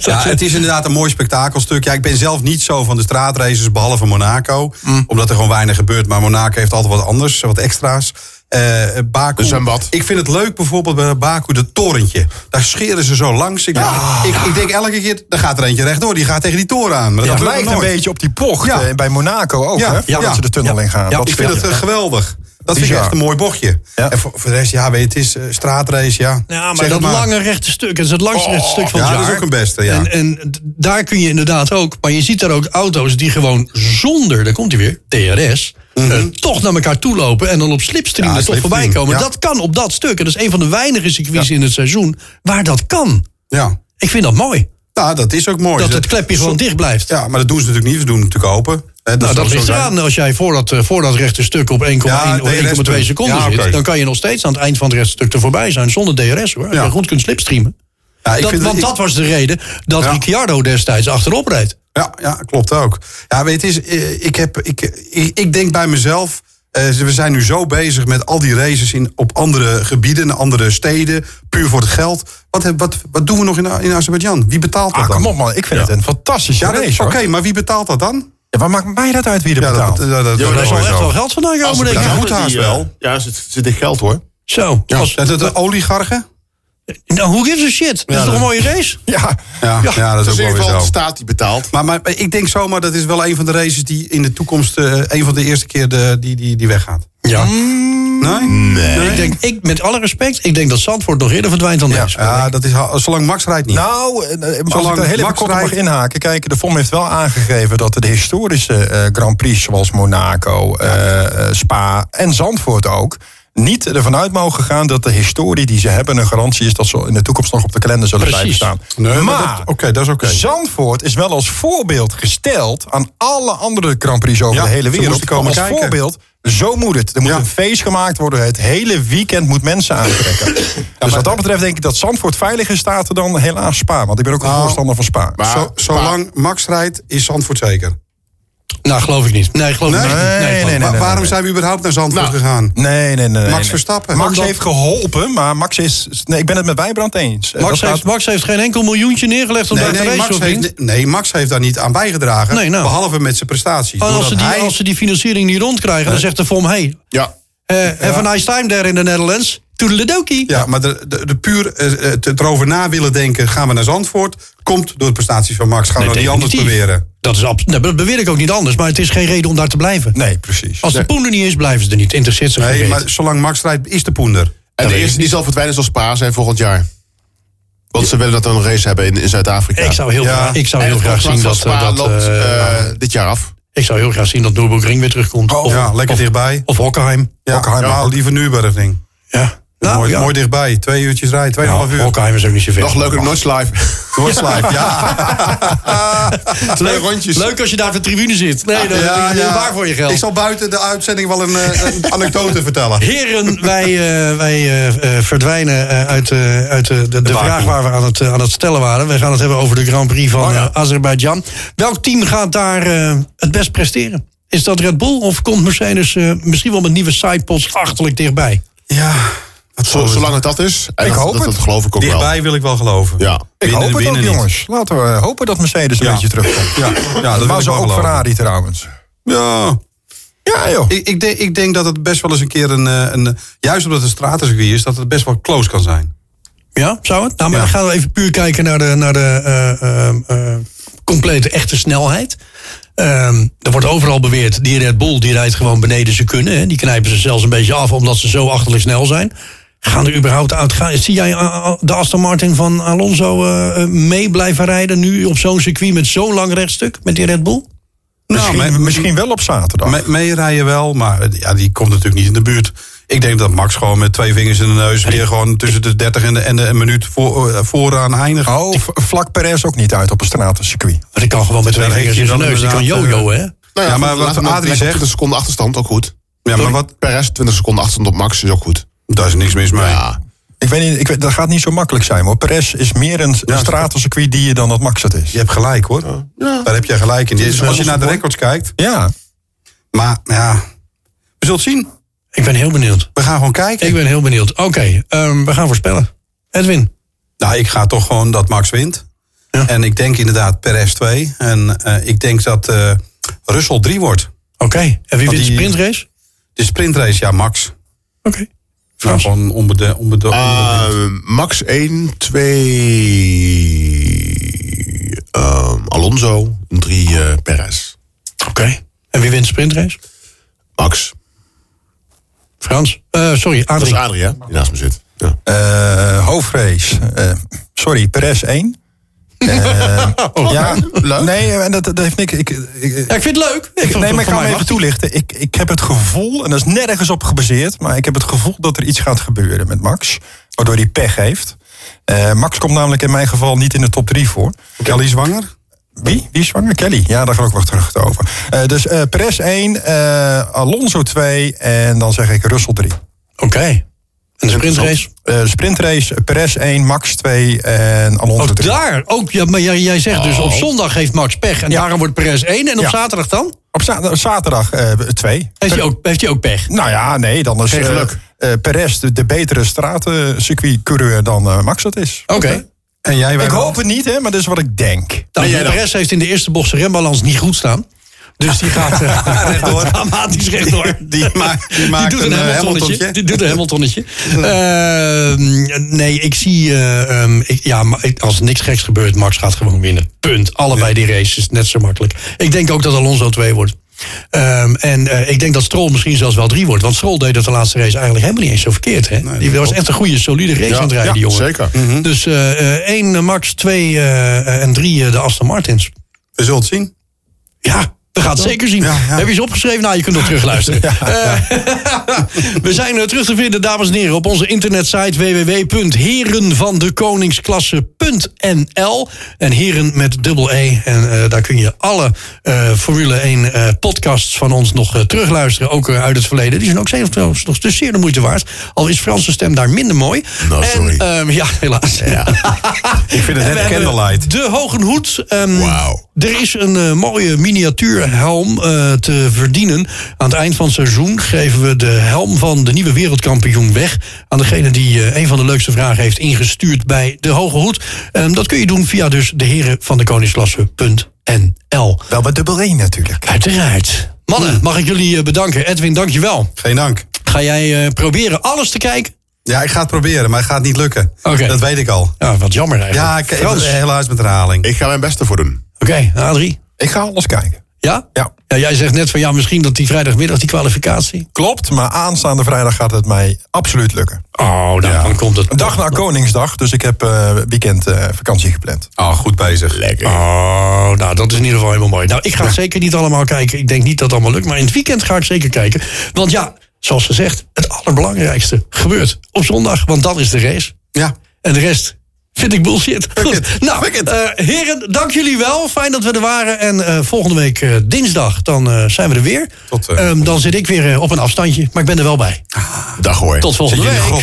S5: Ja, het is inderdaad een mooi spektakelstuk. Ja, ik ben zelf niet zo van de straatraces, behalve Monaco.
S4: Mm.
S5: Omdat er gewoon weinig gebeurt. Maar Monaco heeft altijd wat anders, wat extra's. Eh Baku,
S3: Dus en wat?
S5: Ik vind het leuk bijvoorbeeld bij Baku, de torentje. Daar scheren ze zo langs. Ik, denk, ik, ik denk elke keer, daar gaat er eentje rechtdoor. Die gaat tegen die toren aan. Maar dat
S4: Het
S5: gebeurt
S4: lijkt een
S5: nooit.
S4: beetje op die bocht
S5: Ja.
S4: eh, bij Monaco ook,
S5: Ja,
S4: hè?
S5: ja.
S4: Voordat ze de tunnel
S2: Ja.
S4: in gaan.
S2: Ja,
S4: Dat
S5: Ik
S4: vind
S5: vind het eh, geweldig. Dat vind ik
S4: Bizar.
S5: echt een mooi bochtje.
S4: Ja.
S5: En voor, voor de rest, ja, weet je, het is eh, straatrace, ja.
S2: (laughs) Ja,
S5: Zeg
S2: maar
S5: het
S2: dat lange rechte stuk, dat is het langste rechte stuk van
S5: ja,
S2: het
S5: dat is
S2: jaar.
S5: ook een beste, ja.
S2: En, en d- daar kun je inderdaad ook, maar je ziet daar ook auto's die gewoon zonder, daar komt hij weer, DRS, eh, toch naar elkaar toe lopen en dan op slipstream
S5: Mhm. Ja,
S2: er toch
S5: slipstream,
S2: voorbij komen.
S5: ja.
S2: Dat kan op dat stuk. En dat is een van de weinige circuits in het seizoen waar dat kan.
S5: Ja.
S2: Ik vind dat mooi.
S5: ja, dat is ook mooi.
S2: Dat het klepje gewoon dicht blijft.
S5: Ja, maar dat doen ze natuurlijk niet. Ze doen het natuurlijk open. Hè,
S2: Nou,
S5: zal
S2: dat
S5: zo
S2: ligt
S5: zijn.
S2: eraan. Als jij voor dat, eh, voor dat rechte stuk op 1,1
S5: Ja,
S2: of 1,2
S5: DRS
S2: seconden
S5: Ja,
S2: zit...
S5: oké.
S2: dan kan je nog steeds aan het eind van het rechte stuk er voorbij zijn... zonder DRS, hoor. Als
S5: Ja.
S2: je goed kunt slipstreamen.
S5: Ja, ik
S2: Dat-
S5: vind
S2: want
S5: ik-
S2: dat was de reden dat
S5: Ja.
S2: Ricciardo destijds achterop reed.
S5: Ja, ja, klopt ook. Ja, weet je, het is, eh, ik, heb, ik, ik, ik denk bij mezelf... eh, we zijn nu zo bezig met al die races in, op andere gebieden, andere steden. Puur voor het geld. Wat, heb- wat, wat doen we nog in, in Azerbeidzjan? Wie betaalt dat
S4: Ah,
S5: dan?
S4: kom op man, ik vind het een fantastische
S5: Ja, dat-
S4: race
S5: oké,
S4: hoor.
S5: maar wie betaalt dat dan?
S4: Ja, waar maakt mij dat uit wie er
S5: Ja,
S4: betaalt?
S5: dat, dat, dat,
S3: Ja, maar
S5: dat
S2: Daar
S5: is
S2: zal echt
S5: sowieso.
S2: wel geld vandaan komen, denk
S5: het
S2: ik.
S5: bedrijf- moet haast wel.
S3: eh, Ja, zit, zit in geld hoor.
S2: Zo. als-
S5: Zijn dat de oligarchen?
S2: nou, who gives a shit? Dat is toch een
S5: dat-
S2: mooie race?
S4: Ja,
S5: Ja, ja, dat is ook
S3: Dus in
S5: wel
S3: ieder
S5: weer
S3: geval de
S5: zo.
S3: staat die betaalt.
S5: Maar, maar ik denk zomaar dat is wel een van de races die in de toekomst... eh, een van de eerste keer de, die, die, die weggaat.
S2: Ja.
S5: Nee? Nee.
S2: Hmm. Ik denk, ik, met alle respect, ik denk dat Zandvoort nog eerder verdwijnt dan deze.
S5: Ja, dat is, ha- zolang Max rijdt niet.
S4: Nou, eh, eh, als
S5: Zolang
S4: ik daar heel even
S5: Max
S4: kort op mag
S5: rijdt-
S4: inhaken. Kijk, de FOM heeft wel aangegeven dat de historische eh, Grand Prix... zoals Monaco, eh, eh, Spa en Zandvoort ook... niet ervan uit mogen gaan dat de historie die ze hebben... een garantie is dat ze in de toekomst nog op de kalender zullen
S2: Precies.
S4: blijven staan.
S5: Nee, maar
S4: maar
S5: dat- oké, dat is oké.
S4: Zandvoort is wel als voorbeeld gesteld... aan alle andere Grand Prix over
S5: Ja,
S4: de hele
S5: ze
S4: wereld.
S5: moesten komen
S4: als
S5: kijken.
S4: voorbeeld, zo moet het. Er moet
S5: Ja.
S4: een feest gemaakt worden. Het hele weekend moet mensen aantrekken. dus wat dat betreft denk ik dat Zandvoort veiliger staat er dan helaas Spa. Want ik ben ook
S5: Nou,
S4: een voorstander van Spa.
S3: maar-
S5: Zo, zolang Max rijdt, is Zandvoort zeker.
S2: Nou, geloof ik niet. Nee, geloof ik
S5: Nee?
S2: niet.
S5: Nee,
S2: geloof ik
S4: nee,
S2: niet.
S4: nee.
S5: Wa- waarom zijn we überhaupt naar Zandvoort
S3: Nou.
S5: gegaan?
S4: Nee, nee, nee, nee.
S5: Max
S4: nee.
S5: Verstappen.
S4: Max
S5: Omdat-
S4: heeft geholpen, maar Max is... Nee, ik ben het met Wijbrand eens. Eh,
S2: Max
S4: dat
S2: heeft,
S4: gaat-
S2: Max heeft geen enkel miljoentje neergelegd om
S5: Nee,
S2: daar te
S5: nee,
S2: racen,
S5: Max
S2: of niet?
S5: heeft, nee, Max heeft daar niet aan bijgedragen.
S2: Nee, nou.
S5: Behalve met zijn prestaties.
S2: Oh, als, ze
S5: Doordat
S2: die,
S5: hij-
S2: als ze die financiering niet rondkrijgen, dan zegt de FOM... Hey,
S3: Ja.
S2: eh have a nice time there in the Netherlands. Toedeledokie.
S5: Ja, maar de, de, de puur eh, het erover na willen denken, gaan we naar Zandvoort, komt door de prestaties van Max. Gaan we nog niet anders
S2: Definitief.
S5: proberen.
S2: Dat, is abs- nee, dat beweer ik ook niet anders, maar het is geen reden om daar te blijven.
S4: Nee, precies.
S2: Als de poen er niet is, blijven ze er niet. Interesseert ze
S5: Nee,
S2: geen
S5: maar
S2: reet.
S5: zolang Max rijdt, is de poender.
S3: En de eerste die zal verdwijnen zal Spa zijn volgend jaar. Want ze willen dat we een race hebben in, in Zuid-Afrika.
S2: Ik zou heel,
S5: Ja.
S2: graag- ik zou
S3: En
S2: heel
S3: het
S2: graag zien
S3: contract van
S2: dat... eh,
S3: Spa
S2: dat
S3: loopt
S2: eh,
S3: eh, dit jaar af.
S2: ik zou heel graag zien dat Nürburgring weer terugkomt. Oh, of,
S5: Oh, ja, lekker
S2: of,
S5: dichtbij.
S2: Of Hockenheim.
S5: Ja,
S4: Hockenheim
S5: ja,
S4: ook.
S5: liever Nürburgring.
S2: Ja. Nou,
S5: mooi,
S2: ja.
S5: mooi dichtbij. Twee uurtjes rijden, tweeënhalf uur.
S2: Hockenheim is ook niet zo ver.
S3: Nog leuker, nooit
S5: (laughs)
S3: live.
S5: Doorslijf, ja. Twee rondjes.
S2: Leuk als je daar op de tribune zit. Nee, dat is heel waar voor je geld.
S5: Ik zal buiten de uitzending wel een, eh, een anekdote vertellen.
S2: Heren, wij, eh, wij eh, eh, verdwijnen eh, uit, eh, uit eh, de, de,
S5: Baku.
S2: vraag waar we aan het, eh, aan het stellen waren. We gaan het hebben over de Grand Prix van eh, Azerbeidzjan. Welk team gaat daar eh, het best presteren? Is dat Red Bull of komt Mercedes eh, misschien wel met nieuwe sidepods achterlijk dichtbij?
S5: Ja, wat
S3: Zo- Zolang het dat is. En
S4: Ik
S3: dat,
S4: hoop
S3: dat,
S4: het.
S3: dat geloof ik ook wel.
S5: Dichtbij wil ik wel geloven.
S3: Ja.
S4: Ik
S5: Winnen-
S4: hoop het ook,
S5: winnen niet.
S4: jongens. Laten we hopen dat Mercedes een
S5: Ja.
S4: beetje terugkomt.
S5: Ja, ja dat
S4: maar
S5: was
S4: zo ook
S5: ook verraad.
S4: Ferrari trouwens.
S5: Nou, Ja.
S4: Ja, joh.
S5: Ik, ik, denk, ik denk dat het best wel eens een keer een, eh, een... Juist omdat het stratencircuit is, dat het best wel close kan zijn.
S2: Ja, zou het? Nou, maar
S5: Ja.
S2: dan gaan we even puur kijken naar de, naar de eh, eh, eh, complete echte snelheid. Ehm, er wordt overal beweerd, die Red Bull die rijdt gewoon beneden ze kunnen. Hè. Die knijpen ze zelfs een beetje af omdat ze zo achterlijk snel zijn. Gaan er überhaupt uit? Ga, zie jij eh, de Aston Martin van Alonso eh, eh, mee blijven rijden nu op zo'n circuit met zo'n lang rechtstuk met die Red Bull?
S4: misschien,
S5: maar-
S4: misschien wel op zaterdag.
S5: Me- meerijden wel, maar eh, ja, die komt natuurlijk niet in de buurt. Ik denk dat Max gewoon met twee vingers in de neus weer gewoon tussen de 30 en de, en de een minuut voor, eh, vooraan eindigt.
S4: oh, v- vlak Perez ook niet uit op een stratencircuit.
S2: Want ik kan gewoon met twee
S5: Terwijl
S2: vingers
S5: heeft
S2: in zijn
S5: hij
S2: neus. Die
S5: dan
S2: kan
S5: inderdaad, eh,
S2: jojo, hè?
S3: Nou
S5: Ja, maar
S3: goed,
S5: wat
S3: laten we
S5: Adrie
S3: lekker
S5: zegt-
S3: 20 seconden achterstand, ook goed.
S5: Ja, maar wat,
S3: Perez 20 seconden achterstand op Max is ook goed.
S5: daar is niks mis mee.
S3: Ja.
S4: Ik weet niet, ik weet, dat gaat niet zo makkelijk zijn hoor. Perez is meer een stratencircuit die je dan dat Max het is.
S5: Je hebt gelijk hoor. Daar heb je gelijk in. Dus als je naar de records kijkt.
S4: Ja.
S5: Maar ja, we zullen het zien.
S2: Ik ben heel benieuwd.
S5: We gaan gewoon kijken.
S2: Ik ben heel benieuwd. Oké, ehm, we gaan voorspellen. Edwin.
S5: Nou, ik ga toch gewoon dat Max wint. En ik denk inderdaad Perez 2. En eh, ik denk dat eh Russell 3 wordt.
S2: Oké, en wie
S5: Want
S2: wint de
S5: die-
S2: sprintrace?
S5: De sprintrace, ja, Max.
S2: Oké.
S5: Nou, gewoon onbede- onbede- onbede-
S3: Eh, Max 1, 2... ehm, Alonso, 3 eh, Perez.
S2: Oké. En wie wint de sprintrace?
S3: Max.
S2: Frans. Eh, sorry,
S3: Dat is
S2: Adrie.
S3: Adrie, hè? Die naast me zit. Ja.
S4: Eh, hoofdrace. Eh, sorry, Perez 1. Eh, ja,
S3: leuk.
S4: Nee, en dat, dat heeft niks. Ik, ik,
S2: Ja, ik vind het leuk. Ik vond
S4: nee,
S2: het
S4: maar ik
S2: voor mij
S4: ga hem even
S2: mag.
S4: toelichten. Ik, ik heb het gevoel, en dat is nergens op gebaseerd... maar ik heb het gevoel dat er iets gaat gebeuren met Max. Waardoor hij pech heeft. Eh, Max komt namelijk in mijn geval niet in de top 3 voor.
S5: Kelly zwanger?
S4: Wie? Wie is zwanger? Kelly. Ja, daar geloof ik wel terug over. Eh, dus eh Perez 1, eh, Alonso 2 en dan zeg ik Russell 3.
S2: Oké. En de sprintrace?
S4: Eh, sprintrace, eh, Perez 1, Max 2 en Alonso
S2: Ook
S4: 3.
S2: Oh, daar. Ook, ja, maar jij, jij zegt dus op zondag heeft Max pech. En
S4: Ja.
S2: daarom wordt Perez 1. En op
S4: Ja.
S2: zaterdag dan?
S4: Op za- zaterdag eh, 2.
S2: Heeft hij ook, heeft hij ook pech?
S4: nou ja, nee, dan is
S2: Geen
S4: eh,
S2: geluk.
S4: eh, Perez de, de betere stratencircuitcoureur dan eh, Max dat is.
S5: Oh.
S2: Oké.
S5: En jij wij
S4: Ik
S5: wel?
S4: hoop het niet, hè, maar dat is wat ik denk.
S2: Nou,
S3: jij dan?
S2: Perez heeft in de eerste bocht zijn rembalans niet goed staan. Dus die gaat eh,
S5: (laughs) Rechtdoor.
S2: (laughs) dramatisch rechtdoor.
S5: Die maakt- die maakt
S2: doet
S5: een, eh,
S2: Hamiltonnetje.
S5: Hamiltonnetje.
S2: Die doet een Hamiltonnetje. Ehm, nee, ik zie... eh, ehm, ik, ja, maar ik- als niks geks gebeurt, Max gaat gewoon winnen. Punt. Allebei die races, net zo makkelijk. Ik denk ook dat Alonso 2 wordt. Ehm, en eh, ik denk dat Stroll misschien zelfs wel 3 wordt. Want Stroll deed dat de laatste race eigenlijk helemaal niet eens zo verkeerd. Hè? die was echt een goede, solide race aan het rijden, die
S3: ja,
S2: jongen.
S3: zeker. Mhm.
S2: Dus eh, eh, één eh, Max, twee eh, en drie eh, de Aston Martins.
S5: We zullen het zien.
S2: Ja, we gaan het zeker zien.
S5: Ja, ja.
S2: Heb je ze opgeschreven? Nou, je kunt nog
S3: (laughs)
S2: terugluisteren. Eh, (laughs) we zijn eh, terug te vinden, dames en heren, op onze internetsite www.herenvandekoningsklasse.nl. En heren met dubbel E. En eh, daar kun je alle eh, Formule 1 eh, podcasts van ons nog eh, terugluisteren. Ook eh, uit het verleden. Die zijn ook zeer, trouwens nog dus zeer de moeite waard. Al is Franse stem daar minder mooi.
S3: Nou, sorry.
S2: En, ehm, ja, helaas.
S5: Ik vind het
S2: En we
S5: net
S2: hebben
S5: candlelight.
S2: De Hogenhoed. ehm,
S3: Wauw.
S2: Er is een eh, mooie miniatuurhelm eh, te verdienen. Aan het eind van het seizoen geven we de helm van de nieuwe wereldkampioen weg. Aan degene die eh, een van de leukste vragen heeft ingestuurd bij de Hoge Hoed. Ehm, dat kun je doen via dus de heren van de koningsklasse.nl.
S4: Wel met dubbel 1 natuurlijk.
S2: Uiteraard. Mannen, mag ik jullie eh, bedanken. Edwin, dankjewel.
S5: Hmm. Geen dank.
S2: Ga jij eh, proberen alles te kijken?
S5: Ja, ik ga het proberen, maar het gaat niet lukken.
S2: Oké.
S5: Dat weet ik al.
S2: Ja, wat jammer eigenlijk.
S5: Ja, ik,
S2: Frans. Oké,
S5: helaas met herhaling.
S3: Ik ga mijn best ervoor doen.
S2: Adrie.
S4: Ik ga alles kijken.
S2: Ja?
S4: Ja.
S2: Jij zegt net van ja, misschien dat die vrijdagmiddag die kwalificatie.
S4: Klopt, maar aanstaande vrijdag gaat het mij absoluut lukken.
S2: Oh, nou, dan komt het.
S4: Een dag na Koningsdag, dus ik heb eh, weekend eh, vakantie gepland.
S5: Oh, goed bezig. Lekker.
S2: Oh, nou, dat is in ieder geval helemaal mooi. Nou, ik ga het zeker niet allemaal kijken. Ik denk niet dat het allemaal lukt. Maar in het weekend ga ik zeker kijken. Want ja, zoals gezegd, het allerbelangrijkste gebeurt op zondag. Want dat is de race.
S5: Ja.
S2: En de rest vind ik bullshit. Goed.
S5: it.
S2: Nou,
S5: Fuck it.
S2: eh, heren, dank jullie wel. Fijn dat we er waren. En eh, volgende week eh, dinsdag, dan eh, zijn we er weer.
S5: Tot, eh, Ah,
S2: Ehm, dan zit ik weer eh, op een afstandje. Maar ik ben er wel bij.
S3: Dag hoor.
S2: Tot
S5: Zit
S2: volgende
S5: je in de
S2: week.
S5: grot?